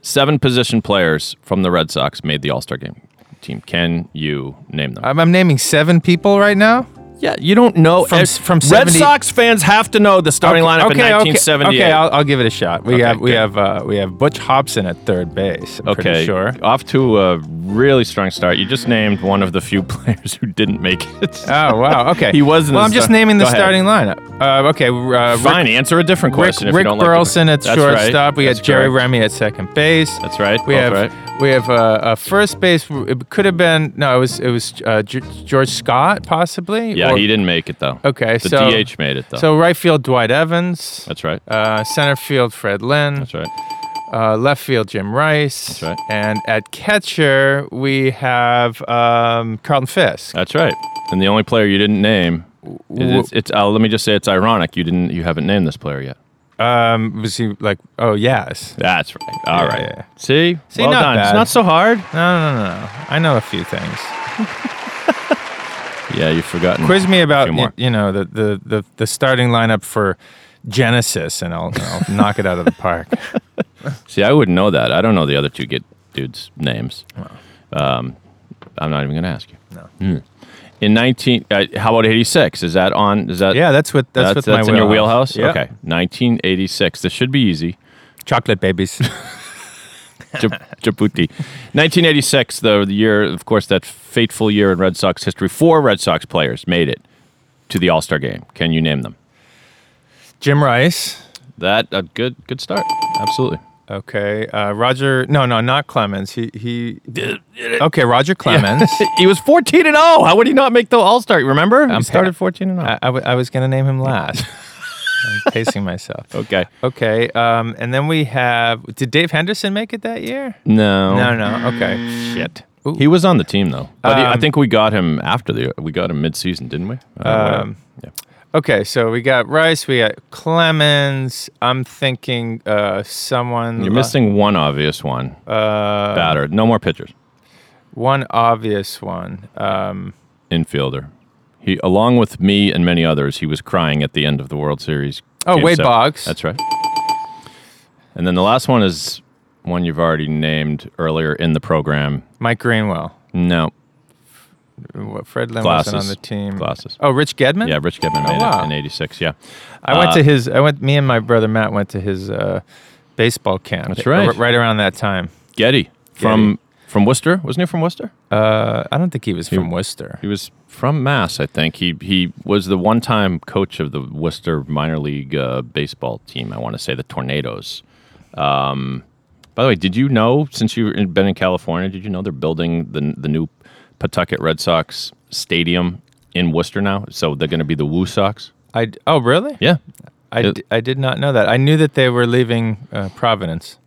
S2: Seven position players from the Red Sox made the All Star game team. Can you name them?
S3: I'm, I'm naming seven people right now.
S2: yeah, you don't know.
S3: From-
S2: Ed-
S3: from
S2: Red
S3: 70
S2: Sox fans have to know the starting lineup in 1978.
S3: Okay, okay I'll, I'll give it a shot. We
S2: Okay,
S3: have we
S2: good.
S3: have uh, we have Butch Hobson at third base. I'm
S2: Okay,
S3: pretty sure.
S2: Off to a really strong start. You just named one of the few [laughs] players who didn't make
S3: [laughs]
S2: it.
S3: Oh wow.
S2: [laughs]
S3: Okay.
S2: He was in
S3: Well,
S2: the
S3: I'm just
S2: star-
S3: naming the
S2: Go ahead.
S3: starting lineup. Uh, okay. Uh, Rick-
S2: Fine, answer a different
S3: Rick,
S2: question if
S3: Rick
S2: you don't
S3: Burleson
S2: like
S3: at
S2: the- That's right.
S3: shortstop. We had
S2: That's
S3: Jerry
S2: correct.
S3: Remy at second base.
S2: That's right.
S3: We
S2: Both
S3: have
S2: right.
S3: we have uh, a first base. It could have been no. It was it was uh, G- George Scott possibly.
S2: Yeah,
S3: or-
S2: he didn't make it though.
S3: Okay,
S2: the
S3: so
S2: DH made it though.
S3: So right field Dwight Evans.
S2: that's right.
S3: Uh, center field Fred Lynn.
S2: that's right.
S3: Uh, left field, Jim Rice.
S2: That's right.
S3: And at catcher, we have um, Carlton Fisk.
S2: That's right. And the only player you didn't name. It's, it's uh, let me just say it's ironic you didn't you haven't named this player yet.
S3: Um, was he like, oh, yes.
S2: That's right. All
S3: Yeah,
S2: right.
S3: yeah.
S2: See,
S3: See,
S2: well
S3: not
S2: done. It's
S3: bad.
S2: not so hard.
S3: No, no, no, no. I know a few things.
S2: Yeah, you've forgotten.
S3: Quiz me about,
S2: few
S3: y-
S2: more.
S3: you, know, the, the, the, the starting lineup for Genesis, and I'll, I'll [laughs] knock it out of the park.
S2: See, I wouldn't know that. I don't know the other two get dudes' names. Um, I'm not even going to ask you. No. In 19, uh, how about 86? Is that on? Is that
S3: Yeah, that's what that's,
S2: that's,
S3: what
S2: that's
S3: my
S2: in your wheelhouse.
S3: Yeah.
S2: Okay, 1986. This should be easy.
S3: Chocolate
S2: [laughs]
S3: babies.
S2: Djib- Djibouti. 1986, the, the year, of course, that fateful year in Red Sox history. Four Red Sox players made it to the All Star game. Can you name them?
S3: Jim Rice.
S2: That a good good start. Absolutely.
S3: Okay. Uh, Roger. No, no, not Clemens. He, he.
S2: [laughs]
S3: Okay, Roger Clemens.
S2: He was 14 and 0. How would he not make the All Star? Remember? he started 14 and oh. 0.
S3: I, I, w- I was going to name him
S2: [laughs]
S3: last. I'm pacing myself.
S2: okay.
S3: Okay. Um, and then we have. Did Dave Henderson make it that year?
S2: No. Um,
S3: No, no. Okay. Shit.
S2: He was on the team though, but he, I think we got him after the we got him mid-season, didn't we? Uh, whatever. yeah.
S3: Okay, so we got Rice, we got Clemens. I'm thinking uh, someone.
S2: You're missing one obvious one. Uh, Batter. No more pitchers.
S3: one obvious one. Um,
S2: Infielder. He, along with me and many others, he was crying at the end of the World Series.
S3: Oh,
S2: Game
S3: Wade
S2: seven.
S3: Boggs.
S2: That's right. And then the last one is one you've already named earlier in the program.
S3: Mike Greenwell.
S2: No.
S3: What, Fred Lynn wasn't on
S2: Glasses.
S3: the team.
S2: Glasses.
S3: Oh, Rich Gedman.
S2: Yeah, uh, Rich Gedman made
S3: Oh, wow.
S2: it in 86. Yeah.
S3: I went to his. I went. Me and my brother Matt went to his uh, baseball camp.
S2: That's right.
S3: r- Right around that time.
S2: Getty from from Worcester. Wasn't he from Worcester?
S3: Uh, I don't think he was from Worcester.
S2: He was from Mass, I think. He he was the one-time coach of the Worcester minor league uh, baseball team. I want to say the Tornadoes. Um, by the way, did you know since you've been in California, did you know they're building the the new Pawtucket Red Sox stadium in Worcester now? So they're going to be the Woo Sox.
S3: I. d- Oh, really?
S2: Yeah,
S3: I,
S2: It-
S3: d- I did not know that. I knew that they were leaving uh, Providence,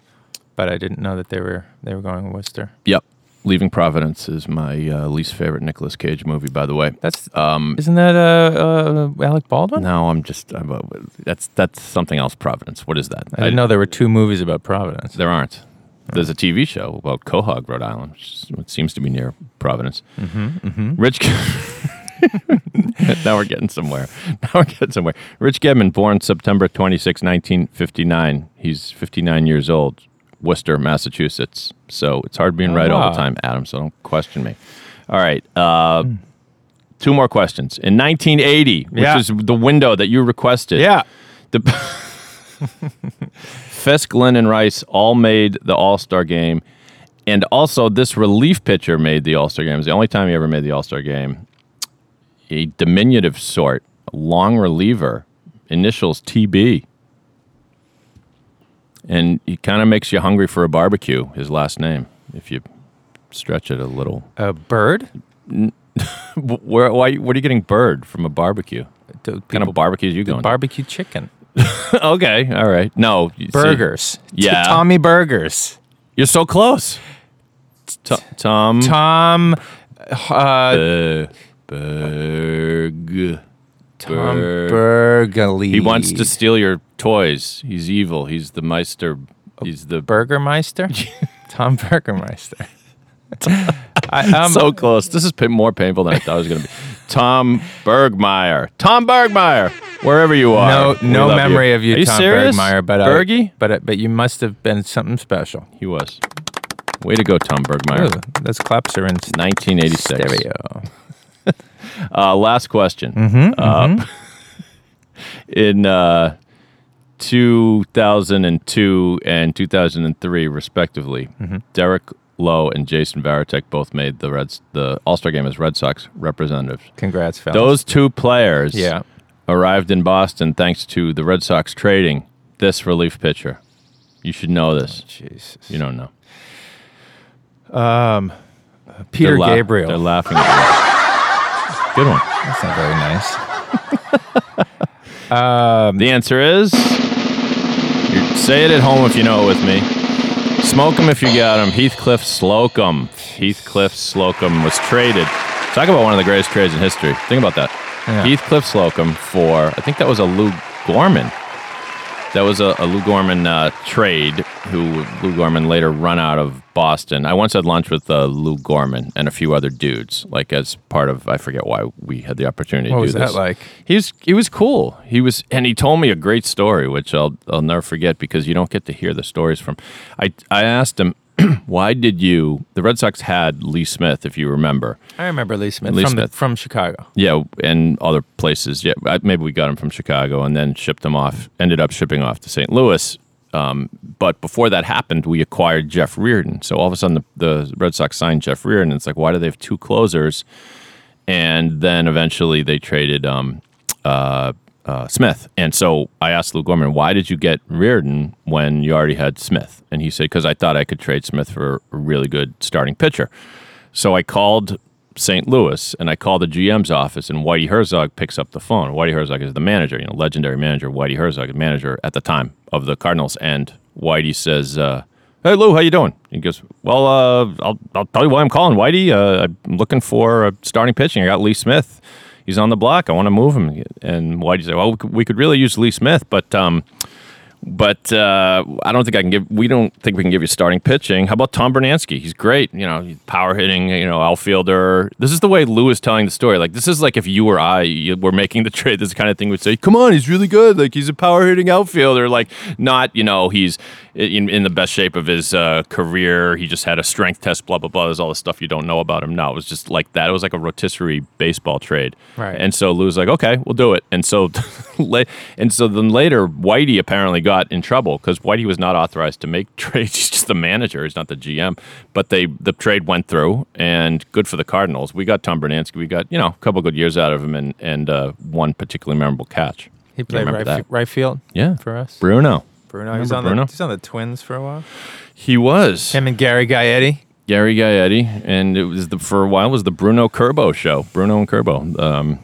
S3: but I didn't know that they were they were going to Worcester.
S2: yep. Leaving Providence is my uh, least favorite Nicolas Cage movie, by the way.
S3: That's um, isn't that uh, uh Alec Baldwin?
S2: No, I'm just I'm, uh, that's that's something else. Providence. What is that?
S3: I didn't know there were two movies about Providence.
S2: There aren't. There's a TV show about Quahog, Rhode Island, which is- which seems to be near Providence. Mm-hmm, Rich. [laughs] now we're getting somewhere. [laughs] Now we're getting somewhere. Rich Gedman, born September 26, 1959. He's 59 years old, Worcester, Massachusetts. So it's hard being right all
S3: wow.
S2: the time, Adam, so don't question me. All right. Uh, Two more questions. In 1980, which
S3: Yeah.
S2: is the window that you requested.
S3: Yeah.
S2: The [laughs] Fisk, Lynn, and Rice all made the All Star game. And also, this relief pitcher made the All Star game. It was the only time he ever made the All Star game. A diminutive sort, a long reliever, initials TB. And he kind of makes you hungry for a barbecue, his last name, if you stretch it a little.
S3: A bird?
S2: W- Where, why, what are you getting bird from a barbecue? What
S3: Do
S2: kind of
S3: people-
S2: barbecues you
S3: do
S2: going to?
S3: barbecue chicken.
S2: [laughs] okay, all right. No. you see-
S3: Burgers. T-
S2: Yeah.
S3: Tommy Burgers.
S2: You're so close. T- Tom.
S3: Tom. Uh,
S2: Uh, Berg.
S3: Tom
S2: Berg.
S3: Burgley.
S2: He wants to steal your toys. He's evil. He's the Meister. He's the. [laughs]
S3: Burgermeister. Tom Burgermeister. I, um,
S2: so close. This is pa- more painful than I thought it was
S3: [laughs]
S2: going to be. Tom Bergmeyer. Tom Bergmeyer. Wherever you are.
S3: no,
S2: we
S3: no
S2: love
S3: memory of you,
S2: Are you
S3: Tom
S2: serious?
S3: Bergmeyer. But
S2: Bergie?
S3: I, but I- but you must have been something special.
S2: He was. Way to go, Tom
S3: Ooh,
S2: Bergmeyer.
S3: those claps are in
S2: 1986.
S3: stereo.
S2: Uh, last question.
S3: Mm-hmm,
S2: Uh, [laughs] In uh, 2002 and 2003, respectively,
S3: Mm-hmm.
S2: Derek Lowe and Jason Varitek both made the Reds the All Star game as Red Sox representatives.
S3: Congrats, fellas.
S2: Those two players
S3: Yeah.
S2: arrived in Boston thanks to the Red Sox trading this relief pitcher. You should know
S3: Oh,
S2: this.
S3: Jesus.
S2: You don't know.
S3: Peter
S2: They're la-
S3: Gabriel.
S2: They're
S3: [laughs]
S2: laughing at you. Good one.
S3: That's not very nice.
S2: Um, The answer is you say it at home if you know it with me. Smoke 'em if you got 'em. Heathcliff Slocum. Heathcliff Slocum was traded. Talk about one of the greatest trades in history. Think about that.
S3: Yeah.
S2: Heathcliff Slocum for, I think that was a Lou Gorman. That was a, a Lou Gorman uh, trade, who Lou Gorman later run out of Boston. I once had lunch with uh, Lou Gorman and a few other dudes, like as part of, I forget why we had the opportunity
S3: What
S2: do
S3: was that
S2: this.
S3: like?
S2: He was he was cool. He was, and he told me a great story, which I'll I'll never forget because you don't get to hear the stories from. I I asked him, [clears throat] why did you? The Red Sox had Lee Smith, if you remember.
S3: I remember Lee Smith,
S2: Lee
S3: from,
S2: Smith.
S3: The, from Chicago.
S2: Yeah, and other places. Yeah, I- maybe we got him from Chicago and then shipped him off. Ended up shipping off to St. Louis. Um, but before that happened, we acquired Jeff Reardon. So all of a sudden, the, the Red Sox signed Jeff Reardon. It's like, why do they have two closers? And then eventually they traded um, uh, uh, Smith. And so I asked Lou Gorman, why did you get Reardon when you already had Smith? And he said, because I thought I could trade Smith for a really good starting pitcher. So I called St. Louis and I called the GM's office, and Whitey Herzog picks up the phone. Whitey Herzog is the manager, you know, legendary manager. Whitey Herzog, manager at the time of the Cardinals. And Whitey says, uh, "Hey Lou, how you doing?" He goes, "Well, uh, I'll I'll tell you why I'm calling, Whitey. Uh, I'm looking for a starting pitching. I got Lee Smith. He's on the block. I want to move him." And Whitey said, "Well, we could- we could really use Lee Smith, but um, but uh, I don't think I can give. We don't think we can give you starting pitching. How about Tom Bernanski? He's great. You know, he's power hitting. You know, outfielder. This is the way Lou is telling the story. Like this is like if you or I you- were making the [laughs] trade. This kind of thing would say, "Come on, he's really good. Like he's a power hitting outfielder. Like not you know he's in, in the best shape of his uh, career. He just had a strength test. Blah blah blah. There's all the stuff you don't know about him. No, it was just like that. It was like a rotisserie baseball trade.
S3: Right.
S2: And so Lou's like, okay, we'll do it. And so, [laughs] la- and so then later, Whitey apparently got in trouble because Whitey was not authorized to make [laughs] trades. He's just the manager. He's not the GM. But they the trade went through, and good for the Cardinals. We got Tom Bernanski. We got you know a couple good years out of him, and and uh, one particularly memorable catch.
S3: He
S2: You
S3: played
S2: remember
S3: right,
S2: that?
S3: fi- right field.
S2: yeah
S3: for us.
S2: Bruno.
S3: Bruno. He was
S2: Remember
S3: on
S2: Bruno?
S3: the he's on the Twins for a while.
S2: He was
S3: Him and Gary Gaetti.
S2: Gary Gaetti, and it was the for a while it was the Bruno Curbo show. Bruno and Curbo, um,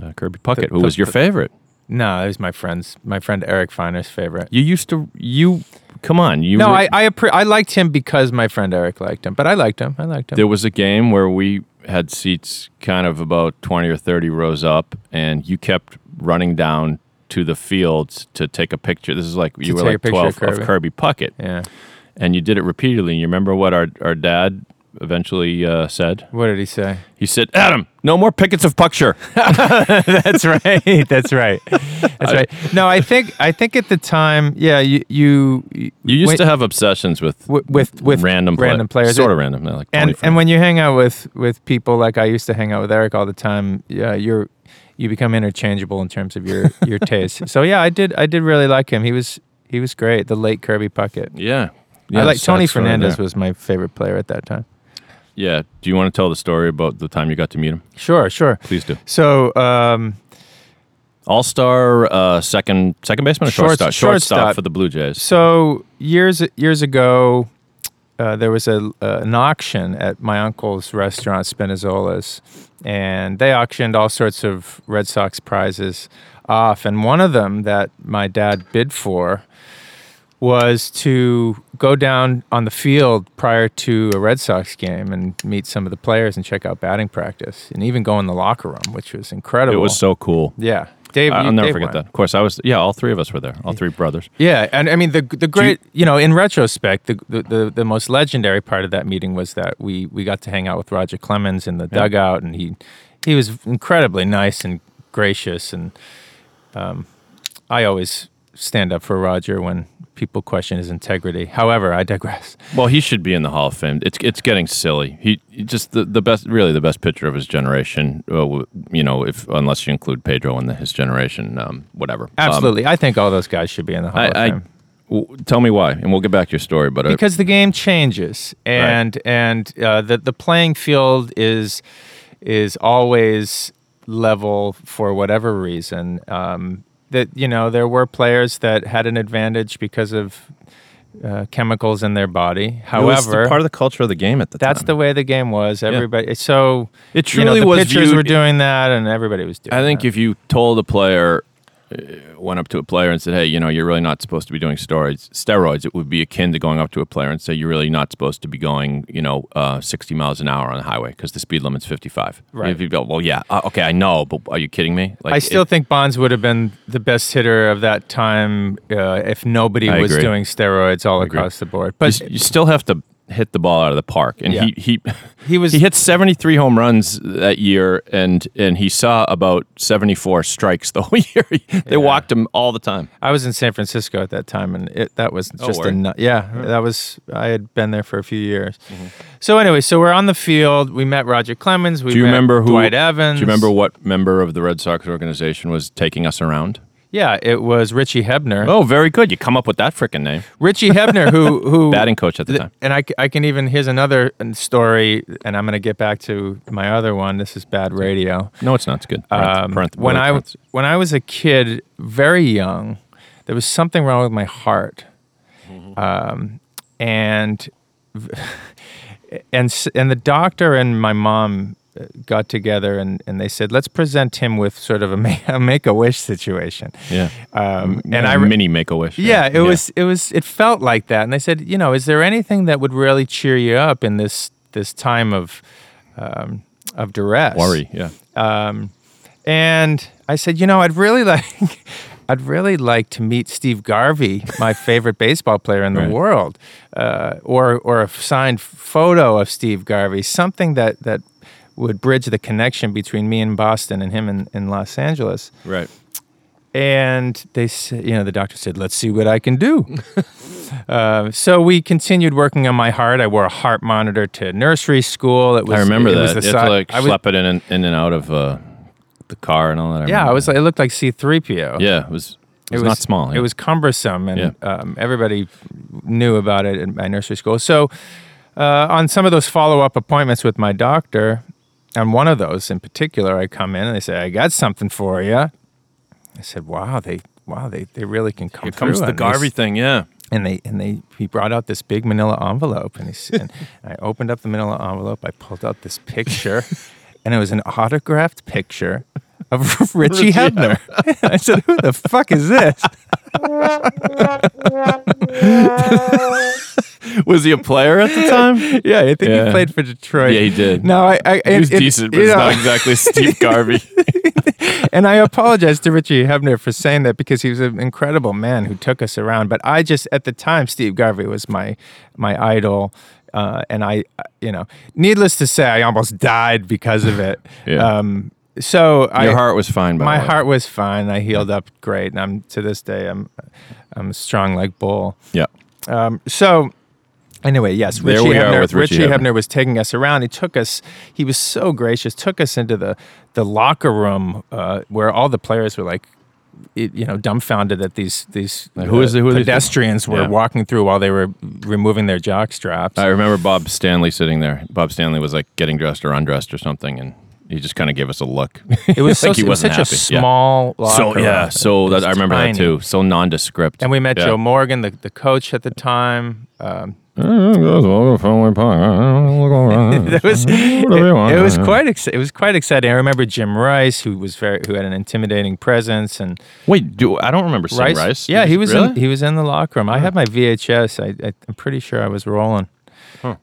S2: uh, Kirby Puckett, who
S3: the-
S2: was your
S3: the-
S2: favorite.
S3: No, it was my friend's my friend Eric Finer's favorite.
S2: You used to you come on you.
S3: No,
S2: were-
S3: I I, appre- I liked him because my friend Eric liked him, but I liked him. I liked him.
S2: there was a game where we had seats kind of about 20 or 30 rows up and you kept running down to the fields to take a picture this is like you were
S3: take a
S2: like
S3: picture
S2: 12
S3: of
S2: of kirby puckett
S3: yeah.
S2: and you did it repeatedly and you remember what our, our dad eventually uh, said
S3: What did
S2: [laughs]
S3: he say?
S2: he said adam no more pickets of puckshire
S3: That's right.
S2: [laughs]
S3: That's right. That's right. No, I think I think at the time, yeah, you you you
S2: you used
S3: when-
S2: to have obsessions with
S3: Wi- with- with
S2: random play-
S3: random players.
S2: sort of random like
S3: and
S2: 25.
S3: and when you hang out with with people like I used to hang out with Eric all the time, yeah, you're you become interchangeable in terms of your
S2: [laughs]
S3: your taste. So yeah, I did I did really like him. He was he was great. The late Kirby Puckett.
S2: yeah, yeah
S3: I like
S2: sad
S3: Tony
S2: story
S3: Fernandez
S2: there.
S3: was my favorite player at that time.
S2: yeah do you want to tell the story about the time you got to meet him
S3: Sure, sure.
S2: please do
S3: So um,
S2: All star uh, second second baseman or
S3: Shorts-
S2: shortstop?
S3: shortstop.
S2: Shortstop for the Blue Jays.
S3: so years years ago, uh, there was a uh, an auction at my uncle's restaurant Spinazzola's, and they auctioned all sorts of Red Sox prizes off, and one of them that my dad bid for was to go down on the field prior to a Red Sox game and meet some of the players and check out batting practice and even go in the locker room, which was incredible.
S2: It was so cool.
S3: yeah. Dave,
S2: I-
S3: you-
S2: I'll never
S3: Dave
S2: forget
S3: won.
S2: that. Of course, I was. Yeah, all three of us were there. All three brothers.
S3: Yeah, and I mean the the great, you, know, in retrospect, the, the the the most legendary part of that meeting was that we we got to hang out with Roger Clemens in the dugout, and he he was incredibly nice and gracious, and um, I always stand up for Roger when people question his integrity. However, I digress.
S2: Well, he should be in the Hall of Fame. It's it's getting silly. He he just the, the best, really the best pitcher of his generation. Uh, w- you know, if unless you include Pedro in the, his generation, um, whatever. Um,
S3: Absolutely, I think all those guys should be in the Hall of
S2: I, I
S3: Fame.
S2: w- tell me why, and we'll get back to your story. But uh, I,
S3: because the game changes and and uh, the the playing field is is always level for whatever reason um, that you know there were players that had an advantage because of uh, chemicals in their body
S2: it was the
S3: however
S2: part of the culture of the game at the
S3: that's
S2: time.
S3: the way the game was everybody so
S2: It
S3: you know,
S2: truly
S3: the
S2: was
S3: pitchers
S2: viewed-
S3: were doing that and everybody was doing
S2: I think
S3: that.
S2: if you told a player, uh, went up to a player and said, "Hey, you know, you're really not supposed to be doing steroids." Steroids. It would be akin to going up to a player and say, "You're really not supposed to be going, you know, uh, 60 miles an hour on the highway because the speed limit's 55."
S3: Right.
S2: If you go, "Well, yeah, uh, okay, I know, but are you kidding me?" Like,
S3: I still
S2: it-
S3: think Bonds would have been the best hitter of that time uh, if nobody
S2: I
S3: was
S2: agree.
S3: doing steroids all
S2: agree.
S3: across the board.
S2: you
S3: But
S2: s- you, still have to hit the ball out of the park, and
S3: Yeah.
S2: he he.
S3: [laughs] He was-
S2: he hit 73 home runs that year and and he saw about 74 strikes the whole [laughs] year. they walked him all the time.
S3: I was in San Francisco at that time, and it, that was just
S2: were
S3: a
S2: you?
S3: nu- yeah. That was I had been there for a few years. So anyway, so we're on the field. We met Roger Clemens. We
S2: Do you
S3: met
S2: remember who?
S3: Dwight Evans?
S2: Do you remember what member of the Red Sox organization was taking us around?
S3: Yeah, it was Richie Hebner.
S2: Oh, very good. You come up with that freaking name.
S3: Richie Hebner,
S2: [laughs]
S3: who who
S2: Batting coach at the time.
S3: and I, c- I can even here's another uh, story, and I'm going to get back to my other one. This is bad radio.
S2: No, it's not. It's good.
S3: Um,
S2: Parenth- parenth-
S3: when I
S2: parenth-
S3: when I was a kid, very young, there was something wrong with my heart,
S2: Mm-hmm.
S3: [laughs] um, and v- and s- and the doctor and my mom uh, got together and, and they said, let's present him with sort of a, ma- [laughs] a make a wish situation.
S2: Yeah.
S3: Um, and
S2: And
S3: I
S2: I
S3: re-
S2: mini make a wish.
S3: yeah, it was it was it felt like that. And they said, you know, is there anything that would really cheer you up in this this time of um, of duress?
S2: worry. Yeah.
S3: And I said, you know, I'd really [laughs] like, I'd really like to meet Steve Garvey, my favorite baseball player in the
S2: Right.
S3: world, uh, or or a signed photo of Steve Garvey, something that that would bridge the connection between me in Boston and him in, in Los Angeles.
S2: Right.
S3: And they said, you know, the doctor said, let's see what I
S2: [laughs]
S3: can do. uh, so we continued working on my heart. I wore a heart monitor to nursery school. It was
S2: I remember
S3: it
S2: that.
S3: Was the
S2: it's
S3: si-
S2: like
S3: I was-
S2: slept it in, in and out of uh, the car and all that. I
S3: yeah, I
S2: remember
S3: was.
S2: that.
S3: It looked like C-3PO.
S2: Yeah, it was. It was, not small.
S3: It was cumbersome, and
S2: Yeah.
S3: um, everybody knew about it at my nursery school. So, uh, on some of those follow-up appointments with my doctor, on one of those in particular, I come in and they say, "I got something for you." I said, "Wow, they, wow, they, they really can come."
S2: Here comes the
S3: through on these."
S2: Garvey thing. Yeah.
S3: and they and they he brought out this big manila envelope and he s-
S2: [laughs]
S3: and I opened up the manila envelope I pulled out this picture and it was an autographed picture of [laughs] Richie, Hebner [laughs] I said who the fuck is this
S2: Was he a player at
S3: [laughs]
S2: the time?
S3: yeah I think he
S2: Yeah.
S3: played for Detroit
S2: Yeah, he did.
S3: no I, I
S2: He was
S3: it- it-
S2: decent, but
S3: you
S2: it's
S3: know,
S2: not exactly Steve Garvey.
S3: and I apologize to Richie Hebner for saying that because he was an incredible man who took us around. But I just at the time, Steve Garvey was my my idol, uh, and I, you know, needless to say, I almost died because of it.
S2: [laughs] Yeah.
S3: Um, so [laughs] I,
S2: Your heart was fine. By
S3: my
S2: the way.
S3: heart was fine. I healed up great, and I'm to this day, I'm I'm strong like bull.
S2: Yeah.
S3: So anyway, yes,
S2: There
S3: Richie
S2: we are
S3: Hebner,
S2: with Richie
S3: Hebner.
S2: Hebner.
S3: was taking us around. He took us. He was so gracious. Took us into the the locker room uh, where all the players were like. It, you know, dumbfounded that these these uh,
S2: who is it- who are these people?
S3: pedestrians were
S2: Yeah.
S3: walking through while they were removing their jock straps.
S2: I remember Bob Stanley sitting there. Bob Stanley was like getting dressed or undressed or something, and he just kind of gave us a look.
S3: [laughs] it
S2: [laughs]
S3: was so
S2: like he
S3: it was
S2: wasn't
S3: such a
S2: happy. Yeah.
S3: small locker
S2: So yeah,
S3: room.
S2: so
S3: It
S2: that,
S3: was
S2: I remember
S3: tiny.
S2: that too. So nondescript.
S3: And we met
S2: yeah.
S3: Joe Morgan, the, the coach at the time. Um, [laughs] it was
S2: Mm-hmm.
S3: it, it was quite ex- it was quite exciting. I remember Jim Rice, who was very who had an intimidating presence, and
S2: Wait, do I don't remember Sim Rice?
S3: Yeah, he was in,
S2: Really?
S3: he was in the locker room. I had my VHS. I, I I'm pretty sure I was rolling.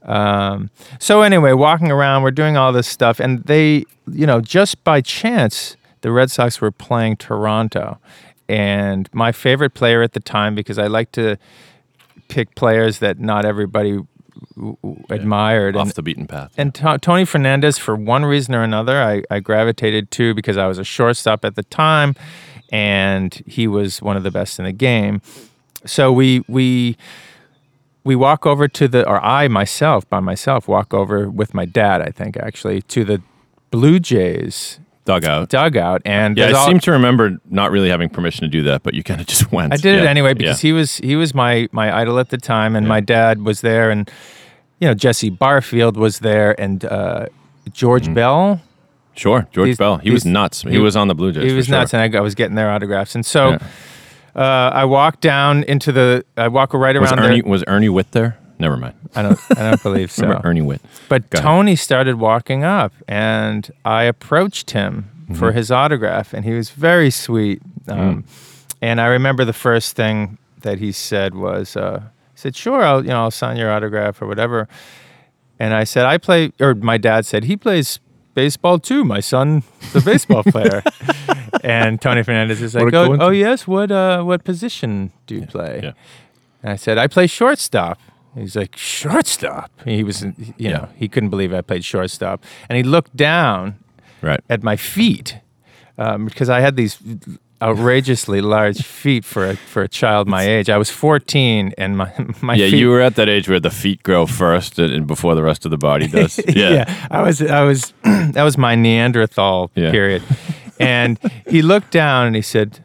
S3: Um, so anyway, walking around, we're doing all this stuff, and they, you know, just by chance, the Red Sox were playing Toronto, and my favorite player at the time because I like to pick players that not everybody w- w- admired and
S2: off the beaten path.
S3: and To- Tony Fernandez, for one reason or another, I, I gravitated to because I was a shortstop at the time, and he was one of the best in the game. So we we we walk over to the, or I myself by myself walk over with my dad, I think actually, to the Blue Jays
S2: dugout.
S3: dugout, and
S2: yeah,
S3: there's
S2: I
S3: all-
S2: seem to remember not really having permission to do that, but you kind of just [laughs] went.
S3: I did it
S2: Yeah,
S3: anyway because he was he was my my idol at the time, and my dad was there, and you know Jesse Barfield was there, and uh, George
S2: Mm.
S3: Bell.
S2: he sure George
S3: these-
S2: Bell. He was
S3: these-
S2: nuts. He,
S3: he-
S2: was on the Blue Jays.
S3: He
S2: for
S3: was
S2: sure.
S3: nuts, and I, I was getting their autographs. And so
S2: Yeah.
S3: uh, I walk down into the. I walk right
S2: Was
S3: around there.
S2: Ernie was Ernie Witt there? Never mind.
S3: I don't. I don't
S2: [laughs]
S3: believe so.
S2: Remember Ernie Witt?
S3: But
S2: Go ahead.
S3: Tony started walking up, and I approached him
S2: Mm-hmm.
S3: for his autograph, and he was very sweet.
S2: Mm.
S3: Um, And I remember the first thing that he said was, uh, "He said, sure, I'll you know I'll sign your autograph or whatever." And I said, "I play," or my dad said, "He plays." Baseball too. My son, the
S2: [laughs]
S3: baseball player, and Tony Fernandez is
S2: What
S3: like,
S2: a
S3: "Oh, oh
S2: coincidence."
S3: yes, what uh, what position do you play?"
S2: yeah.
S3: And I said, I play shortstop. He's like, shortstop? He was, you
S2: Yeah.
S3: know, he couldn't believe I played shortstop. And he looked down
S2: Right.
S3: at my feet um, because I had these
S2: [laughs]
S3: outrageously large feet for a, for a child my age. I was 14 and my, [laughs] my
S2: yeah,
S3: feet.
S2: you were at that age where the feet grow first and, and before the rest of the [laughs] body does. Yeah.
S3: I was, I was, [clears throat] that was my Neanderthal
S2: Yeah. [laughs]
S3: period. And he looked down and he said,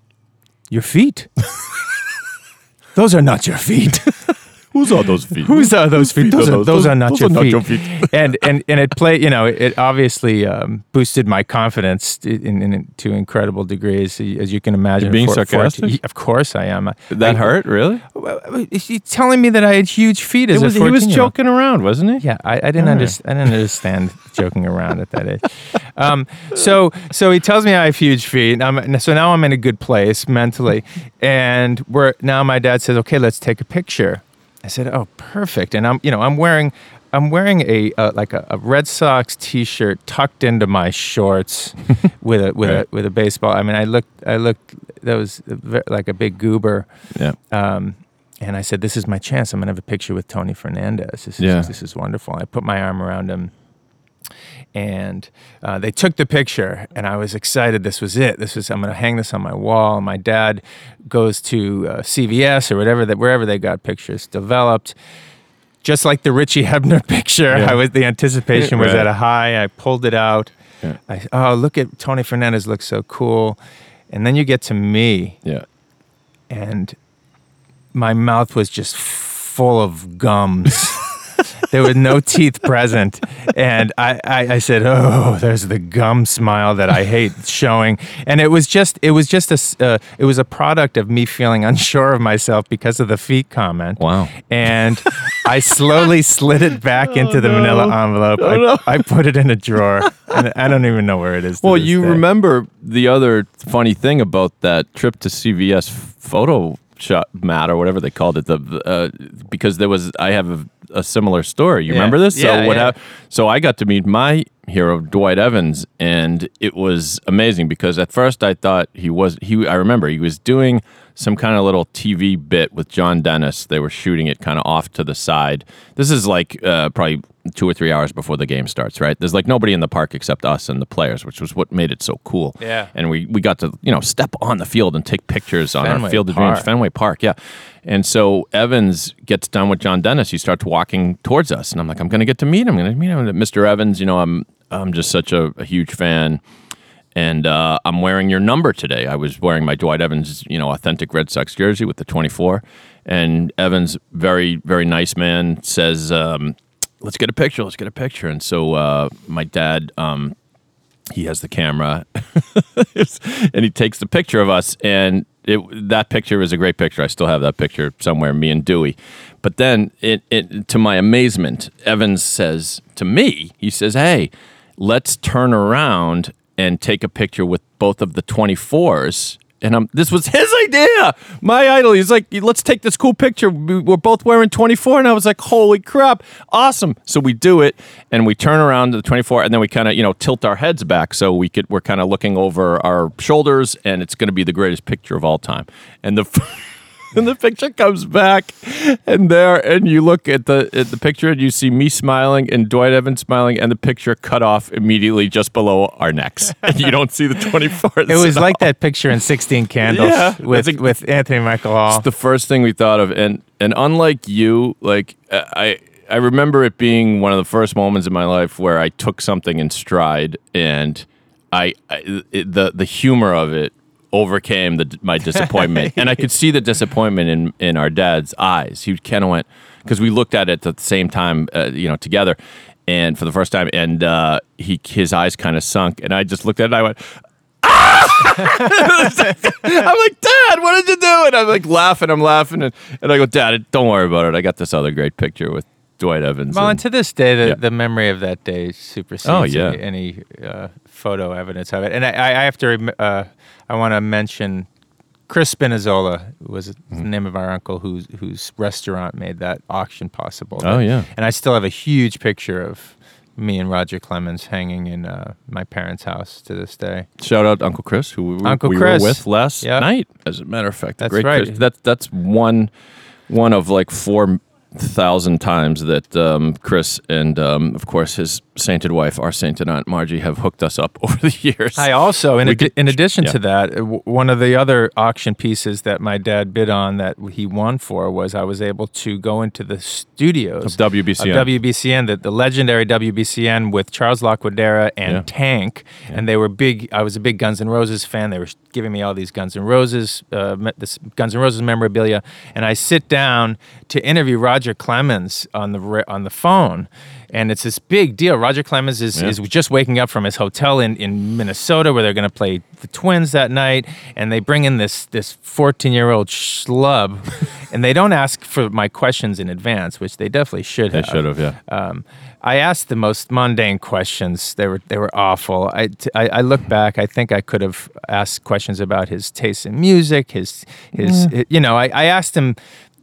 S2: [laughs]
S3: Your feet. Those are not your feet.
S2: Whose are those feet?
S3: Whose are those feet? Those, are, those are not, your, feet.
S2: feet.
S3: [laughs] and and and it played. You know, it obviously um, boosted my confidence t- in, in, in to incredible degrees, as you can imagine.
S2: being
S3: for- for-
S2: sarcastic?
S3: of course, I am. I-
S2: That
S3: I-
S2: hurt, really?
S3: Well, Is he telling me that I had huge feet? As
S2: It was,
S3: a
S2: he was
S3: 14-year-old?
S2: joking around, wasn't he?
S3: Yeah, I, I didn't
S2: All right.
S3: understand. I didn't understand [laughs] joking around at that age. Um, so so he tells me I have huge feet. And I'm, so now I'm in a good place mentally, and we're now my dad says, "Okay, let's take a picture." I said, "Oh, perfect." And I'm you know I'm wearing. I'm wearing a uh, like a, a Red Sox T-shirt tucked into my shorts, with a with
S2: Right.
S3: a with a baseball. I mean, I looked I looked that was a ve- like a big goober.
S2: Yeah.
S3: Um, and I said, "This is my chance. I'm gonna have a picture with Tony Fernandez. This is
S2: Yeah.
S3: this is wonderful." I put my arm around him, and uh, they took the picture, and I was excited. This was it. This was I'm gonna hang this on my wall. And my dad goes to uh, CVS or whatever that wherever they got pictures developed. Just like the Richie Hebner [laughs] picture,
S2: Yeah.
S3: I was the anticipation was
S2: Right.
S3: at a high. I pulled it out.
S2: Yeah.
S3: I, oh, look at Tony Fernandez looks so cool. And then you get to me,
S2: Yeah.
S3: and my mouth was just full of gums.
S2: [laughs]
S3: there was no teeth present. And I, I, I said, Oh, there's the gum smile that I hate showing. And it was just, it was just a, s- uh, it was a product of me feeling unsure of myself because of the feet comment.
S2: Wow.
S3: And
S2: [laughs]
S3: I slowly slid it back into
S2: Oh,
S3: the manila envelope. I, I put it in a drawer. And I don't even know where it is. to
S2: Well,
S3: this
S2: you
S3: day.
S2: remember the other funny thing about that trip to CVS photo shop mat or whatever they called it, the- the uh, because there was I have a, a similar story. You
S3: Yeah.
S2: remember this?
S3: Yeah,
S2: so what?
S3: yeah.
S2: hap- so I got to meet my hero Dwight Evans, and it was amazing because at first I thought he was he. I remember he was doing some kind of little TV bit with John Dennis. They were shooting it kind of off to the side. This is like uh, probably two or three hours before the game starts. Right? There's like nobody in the park except us and the players, which was what made it so cool.
S3: Yeah.
S2: And we we got to you know step on the field and take pictures on our
S3: Fenway
S2: field of dreams.
S3: Park.
S2: Fenway Park, yeah. And so Evans gets done with John Dennis. He starts walking towards us, and I'm like, I'm going to get to meet him. I'm going to meet him, Mr. Evans. You know, I'm I'm just such a, a huge fan, and uh, I'm wearing your number today. I was wearing my Dwight Evans, you know, authentic Red Sox jersey with the 24. And Evans, very very nice man, says, um, "Let's get a picture. Let's get a picture." And so uh, my dad. Um, he has the camera [laughs] and he takes the picture of us and it, that picture is a great picture i still have that picture somewhere me and dewey but then it, it, to my amazement evans says to me he says hey let's turn around and take a picture with both of the 24s and I'm, this was [laughs] his idea. My idol. He's like, let's take this cool picture. We- We're both wearing 24. And I was like, holy crap, awesome. So we do it and we turn around to the 24 and then we kind of, you know, tilt our heads back. So we could, we're kind of looking over our shoulders and it's going to be the greatest picture of all time. And the, [laughs] and the picture comes back and there and you look at the at the picture and you see me smiling and Dwight Evans smiling and the picture cut off immediately just below our necks. [laughs] And you don't see the 24. [laughs]
S3: It was like that picture in 16 Candles
S2: Yeah,
S3: with,
S2: that's a-
S3: with Anthony Michael Hall.
S2: it's the first thing we thought of, and and unlike you, like uh, I I remember it being one of the first moments in my life where I took something in stride, and I, I it, the the humor of it overcame the my disappointment, and I could see the disappointment in in our dad's eyes. He kind of went because we looked at it at the same time, uh, you know, together. And for the first time, and uh, he his eyes kind of sunk, and I just looked at it. and I went, [laughs] I'm like, Dad, what did you do? And I'm like laughing, I'm laughing, and, and I go, Dad, don't worry about it. I got this other great picture with Dwight Evans.
S3: Well, and
S2: and-
S3: to this day, the,
S2: Yeah.
S3: the memory of that day supersedes
S2: Oh, yeah.
S3: any, any uh, photo evidence of it. And I, I I have to, rem- uh, I want to mention Chris Spinazzola was
S2: Mm-hmm.
S3: the name of our uncle whose whose restaurant made that auction possible.
S2: Oh, yeah.
S3: And I still have a huge picture of me and Roger Clemens hanging in uh, my parents' house to this day.
S2: Shout out Uncle Chris, who we,
S3: Uncle
S2: we
S3: Chris.
S2: were with last
S3: Yeah.
S2: night. As a matter of fact, the
S3: That's
S2: great
S3: right.
S2: Chris. That that's one one of like four thousand times that um, Chris and um, of course his sainted wife, our sainted aunt Margie, have hooked us up [laughs] over the years.
S3: I also, in,
S2: We
S3: addi-
S2: could-
S3: in addition
S2: yeah.
S3: to that, uh, w- one of the other auction pieces that my dad bid on that he won for was I was able to go into the studios
S2: Of WBCN.
S3: of WBCN, the, the legendary WBCN with Charles Laquadera and
S2: Yeah.
S3: Tank, and they were big. I was a big Guns N' Roses fan. They were giving me all these Guns N' Roses, uh, me- this Guns N' Roses memorabilia, and I sit down to interview Roger. Roger Clemens on the ra- on the phone, and it's this big deal. Roger Clemens is, is just waking up from his hotel in, in Minnesota where they're going to play the Twins that night, and they bring in this this fourteen year old schlub, [laughs] and they don't ask for my questions in advance, which they definitely should
S2: They
S3: have.
S2: should have, yeah.
S3: Um, I asked the most mundane questions. They were they were awful. I, t- I- I look back. I think I could have asked questions about his taste in music. His his, hi- you know. I, I asked him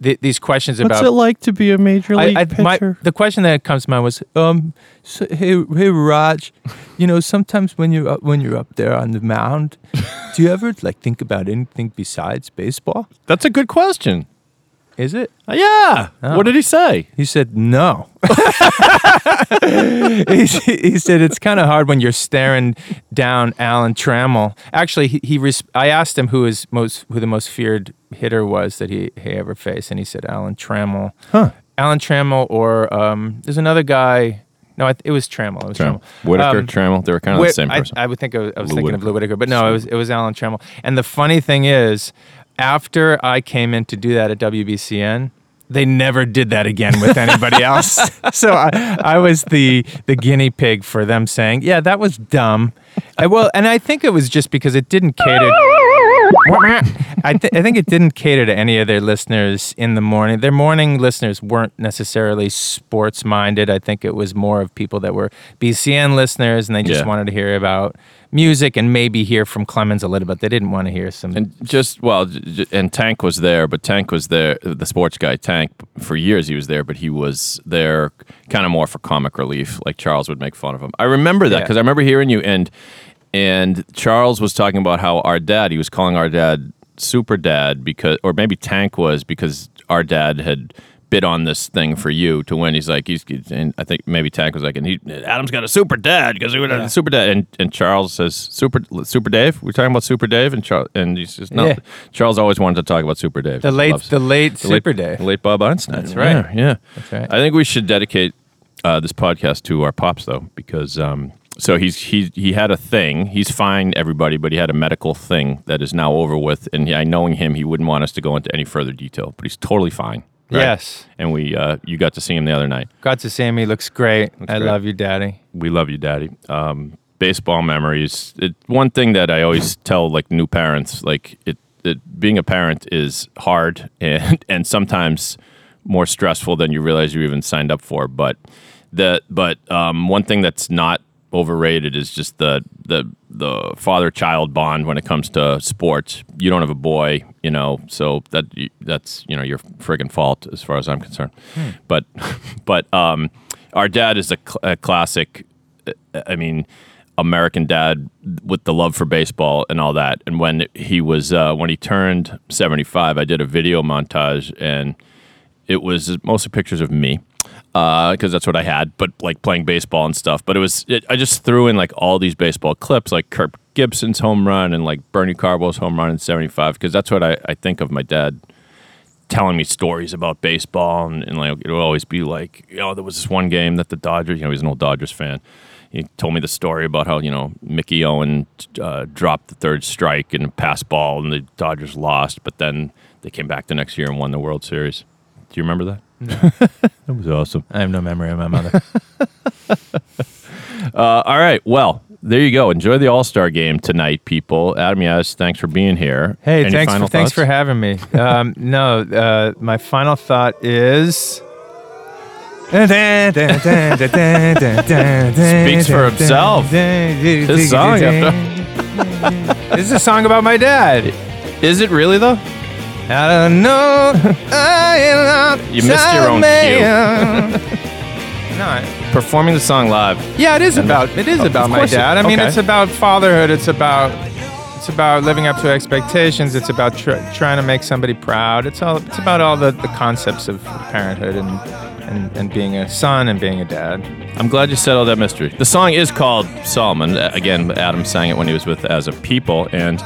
S3: th- these questions
S2: What's
S3: about.
S2: it like to be a major
S3: I-
S2: league
S3: I-
S2: pitcher?
S3: my, the question that comes to mind was, um, so, hey, hey, Raj, you know, sometimes when you're up, when you're up there on the
S2: [laughs]
S3: mound, do you ever like think about anything besides baseball?
S2: That's a good question.
S3: Is it?
S2: Uh, Yeah. What did he say?
S3: He said, no. [laughs] he, s- he said, it's kind of hard when you're staring down Alan Trammell. Actually, he, he res- I asked him who his most, who the most feared hitter was that he, he ever faced, and he said Alan Trammell. Huh. Alan Trammell, or um, there's another guy. No, I th- it was Trammell. It was Trammell.
S2: Whitaker,
S3: Um,
S2: Trammell, they were kind of the
S3: Whit-
S2: same
S3: I-
S2: person.
S3: I, would think I was, I was
S2: Lou
S3: thinking of Lou Whitaker, but no, it was it was Alan Trammell. And the funny thing is, after I came in to do that at WBCN, they never did that again
S2: [laughs]
S3: with anybody else. So I, I was the the guinea pig for them saying, "Yeah, that was dumb." I, well, and I think it was just because it didn't cater. I, th- I think it didn't cater to any of their listeners in the morning. Their morning listeners weren't necessarily sports minded. I think it was more of people that were BCN listeners and they just
S2: Yeah.
S3: wanted to hear about music and maybe hear from Clemens a little bit. They didn't want to hear some.
S2: and just well, j- j- and Tank was there, but Tank was there, the sports guy Tank. For years he was there, but he was there kind of more for comic relief. Like Charles would make fun of him. I remember that
S3: Yeah.
S2: because I remember hearing you and and Charles was talking about how our dad. He was calling our dad Super Dad because, or maybe Tank was because our dad had bid on this thing for you to win. He's like, he's, and I think maybe Tank was like, and he, Adam's got a super dad because he would have a super dad. And, and Charles says, super, super Dave. We're talking about super Dave. And Charles, and he's just, no,
S3: Yeah.
S2: Charles always wanted to talk about super Dave.
S3: the
S2: He
S3: late,
S2: loves-
S3: the late Super
S2: late,
S3: Day.
S2: the late Bob Einstein. That's
S3: right.
S2: Yeah. yeah.
S3: That's right.
S2: I think we should dedicate uh, this podcast to our pops though, because um, so he's he he had a thing. He's fine, everybody, but he had a medical thing that is now over with. And I knowing him, he wouldn't want us to go into any further detail, but he's totally fine. right?
S3: Yes.
S2: And we uh, you got to see him the other night.
S3: Got to Sammy looks great. I
S2: great.
S3: love you, Daddy.
S2: We love you, Daddy. Um, baseball memories. It, one thing that I always tell like new parents, like it, it being a parent is hard [laughs] and and sometimes more stressful than you realize you even signed up for. But the but um, one thing that's not overrated is just the the the father child bond when it comes to sports. You don't have a boy, you know, so that that's you know your friggin' fault as far as I'm concerned. But [laughs] but um, our dad is a, cl- a classic. uh, I mean. American dad with the love for baseball and all that. And when he was uh, when he turned 75, I did a video montage and it was mostly pictures of me because that's what I had, but like playing baseball and stuff. But it was, it, I just threw in like all these baseball clips, like Kirk Gibson's home run and like Bernie Carbo's home run in 75, because that's what I, I think of my dad telling me stories about baseball, and, and like it would always be like, you know, there was this one game that the Dodgers, you know, he's an old Dodgers fan. He told me the story about how you know Mickey Owen uh, dropped the third strike and a pass ball, and the Dodgers lost, but then they came back the next year and won the World Series. Do you remember that? [laughs] that was awesome.
S3: I have no memory of my mother.
S2: Uh, all right, well. There you go. Enjoy the All Star game tonight, people. Adam Yaz, thanks for being here.
S3: [laughs] Hey,
S2: Any
S3: thanks for,
S2: final
S3: thanks
S2: thoughts?
S3: for
S2: [laughs]
S3: having me. Um, no, uh, my final thought is. Speaks
S2: Speaks for himself.
S3: This
S2: song, after-
S3: this is a song about my dad.
S2: [laughs] Is it really though?
S3: I don't know. I love
S2: [laughs] You missed your own
S3: cue. [laughs] no, I-
S2: Performing the song live.
S3: yeah, it is about it is
S2: Of
S3: about my
S2: course it-
S3: dad. I mean,
S2: okay.
S3: it's about fatherhood. It's about it's about living up to expectations. It's about tr- trying to make somebody proud. It's all it's about all the, the concepts of parenthood and, and and being a son and being a dad.
S2: I'm glad you settled that mystery. The song is called Solomon. Uh, Again, Adam sang it when he was with As a People, and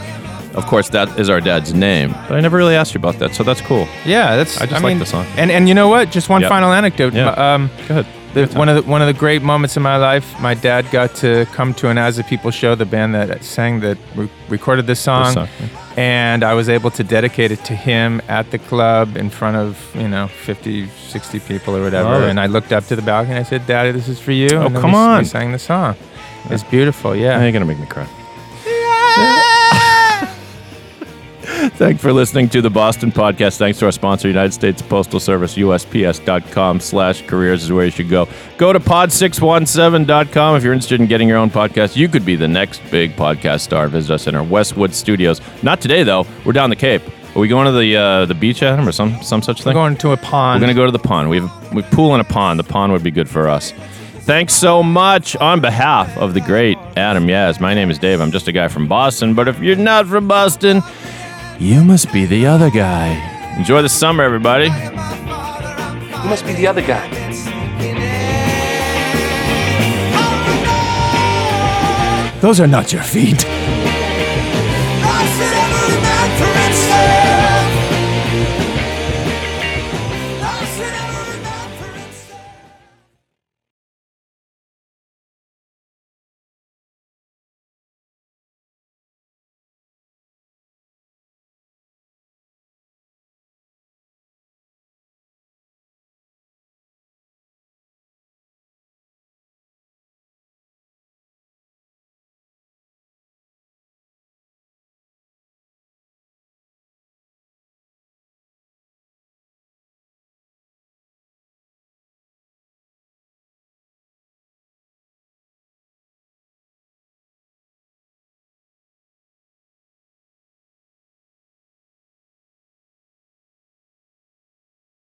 S2: of course, that is our dad's name. But I never really asked you about that, so that's cool.
S3: Yeah, that's.
S2: I just like
S3: mean,
S2: the song.
S3: And and you know what? Just one
S2: Yep.
S3: final anecdote.
S2: Yeah.
S3: Um,
S2: Go ahead.
S3: The, one of the one of the great moments in my life, my dad got to come to an As the People show, the band that sang that re- recorded this song,
S2: song, yeah.
S3: and I was able to dedicate it to him at the club in front of you know 50, 60 people or whatever.
S2: Love it.
S3: And I looked up to the balcony. and I said, "Daddy, this is for you."
S2: Oh,
S3: and then
S2: come
S3: we, s- we
S2: on.
S3: sang the song. It's beautiful. Yeah.
S2: Now you're gonna make me cry. [laughs] Thanks for listening to the Boston Podcast. Thanks to our sponsor, United States Postal Service, USPS.com slash careers is where you should go. Go to pod617.com if you're interested in getting your own podcast. You could be the next big podcast star. Visit us in our Westwood studios. Not today, though. We're down the Cape. Are we going to the uh, the beach, Adam, or some, some such
S3: We're
S2: thing?
S3: going to a
S2: We're
S3: pond.
S2: going to go to the pond. We have we have a pool and a pond. The pond would be good for us. Thanks so much on behalf of the great Adam Yaz. My name is Dave. I'm just a guy from Boston, but if you're not from Boston, you must be the other guy. Enjoy the summer, everybody.
S8: You must be the other guy.
S2: Those are not your feet.
S1: I said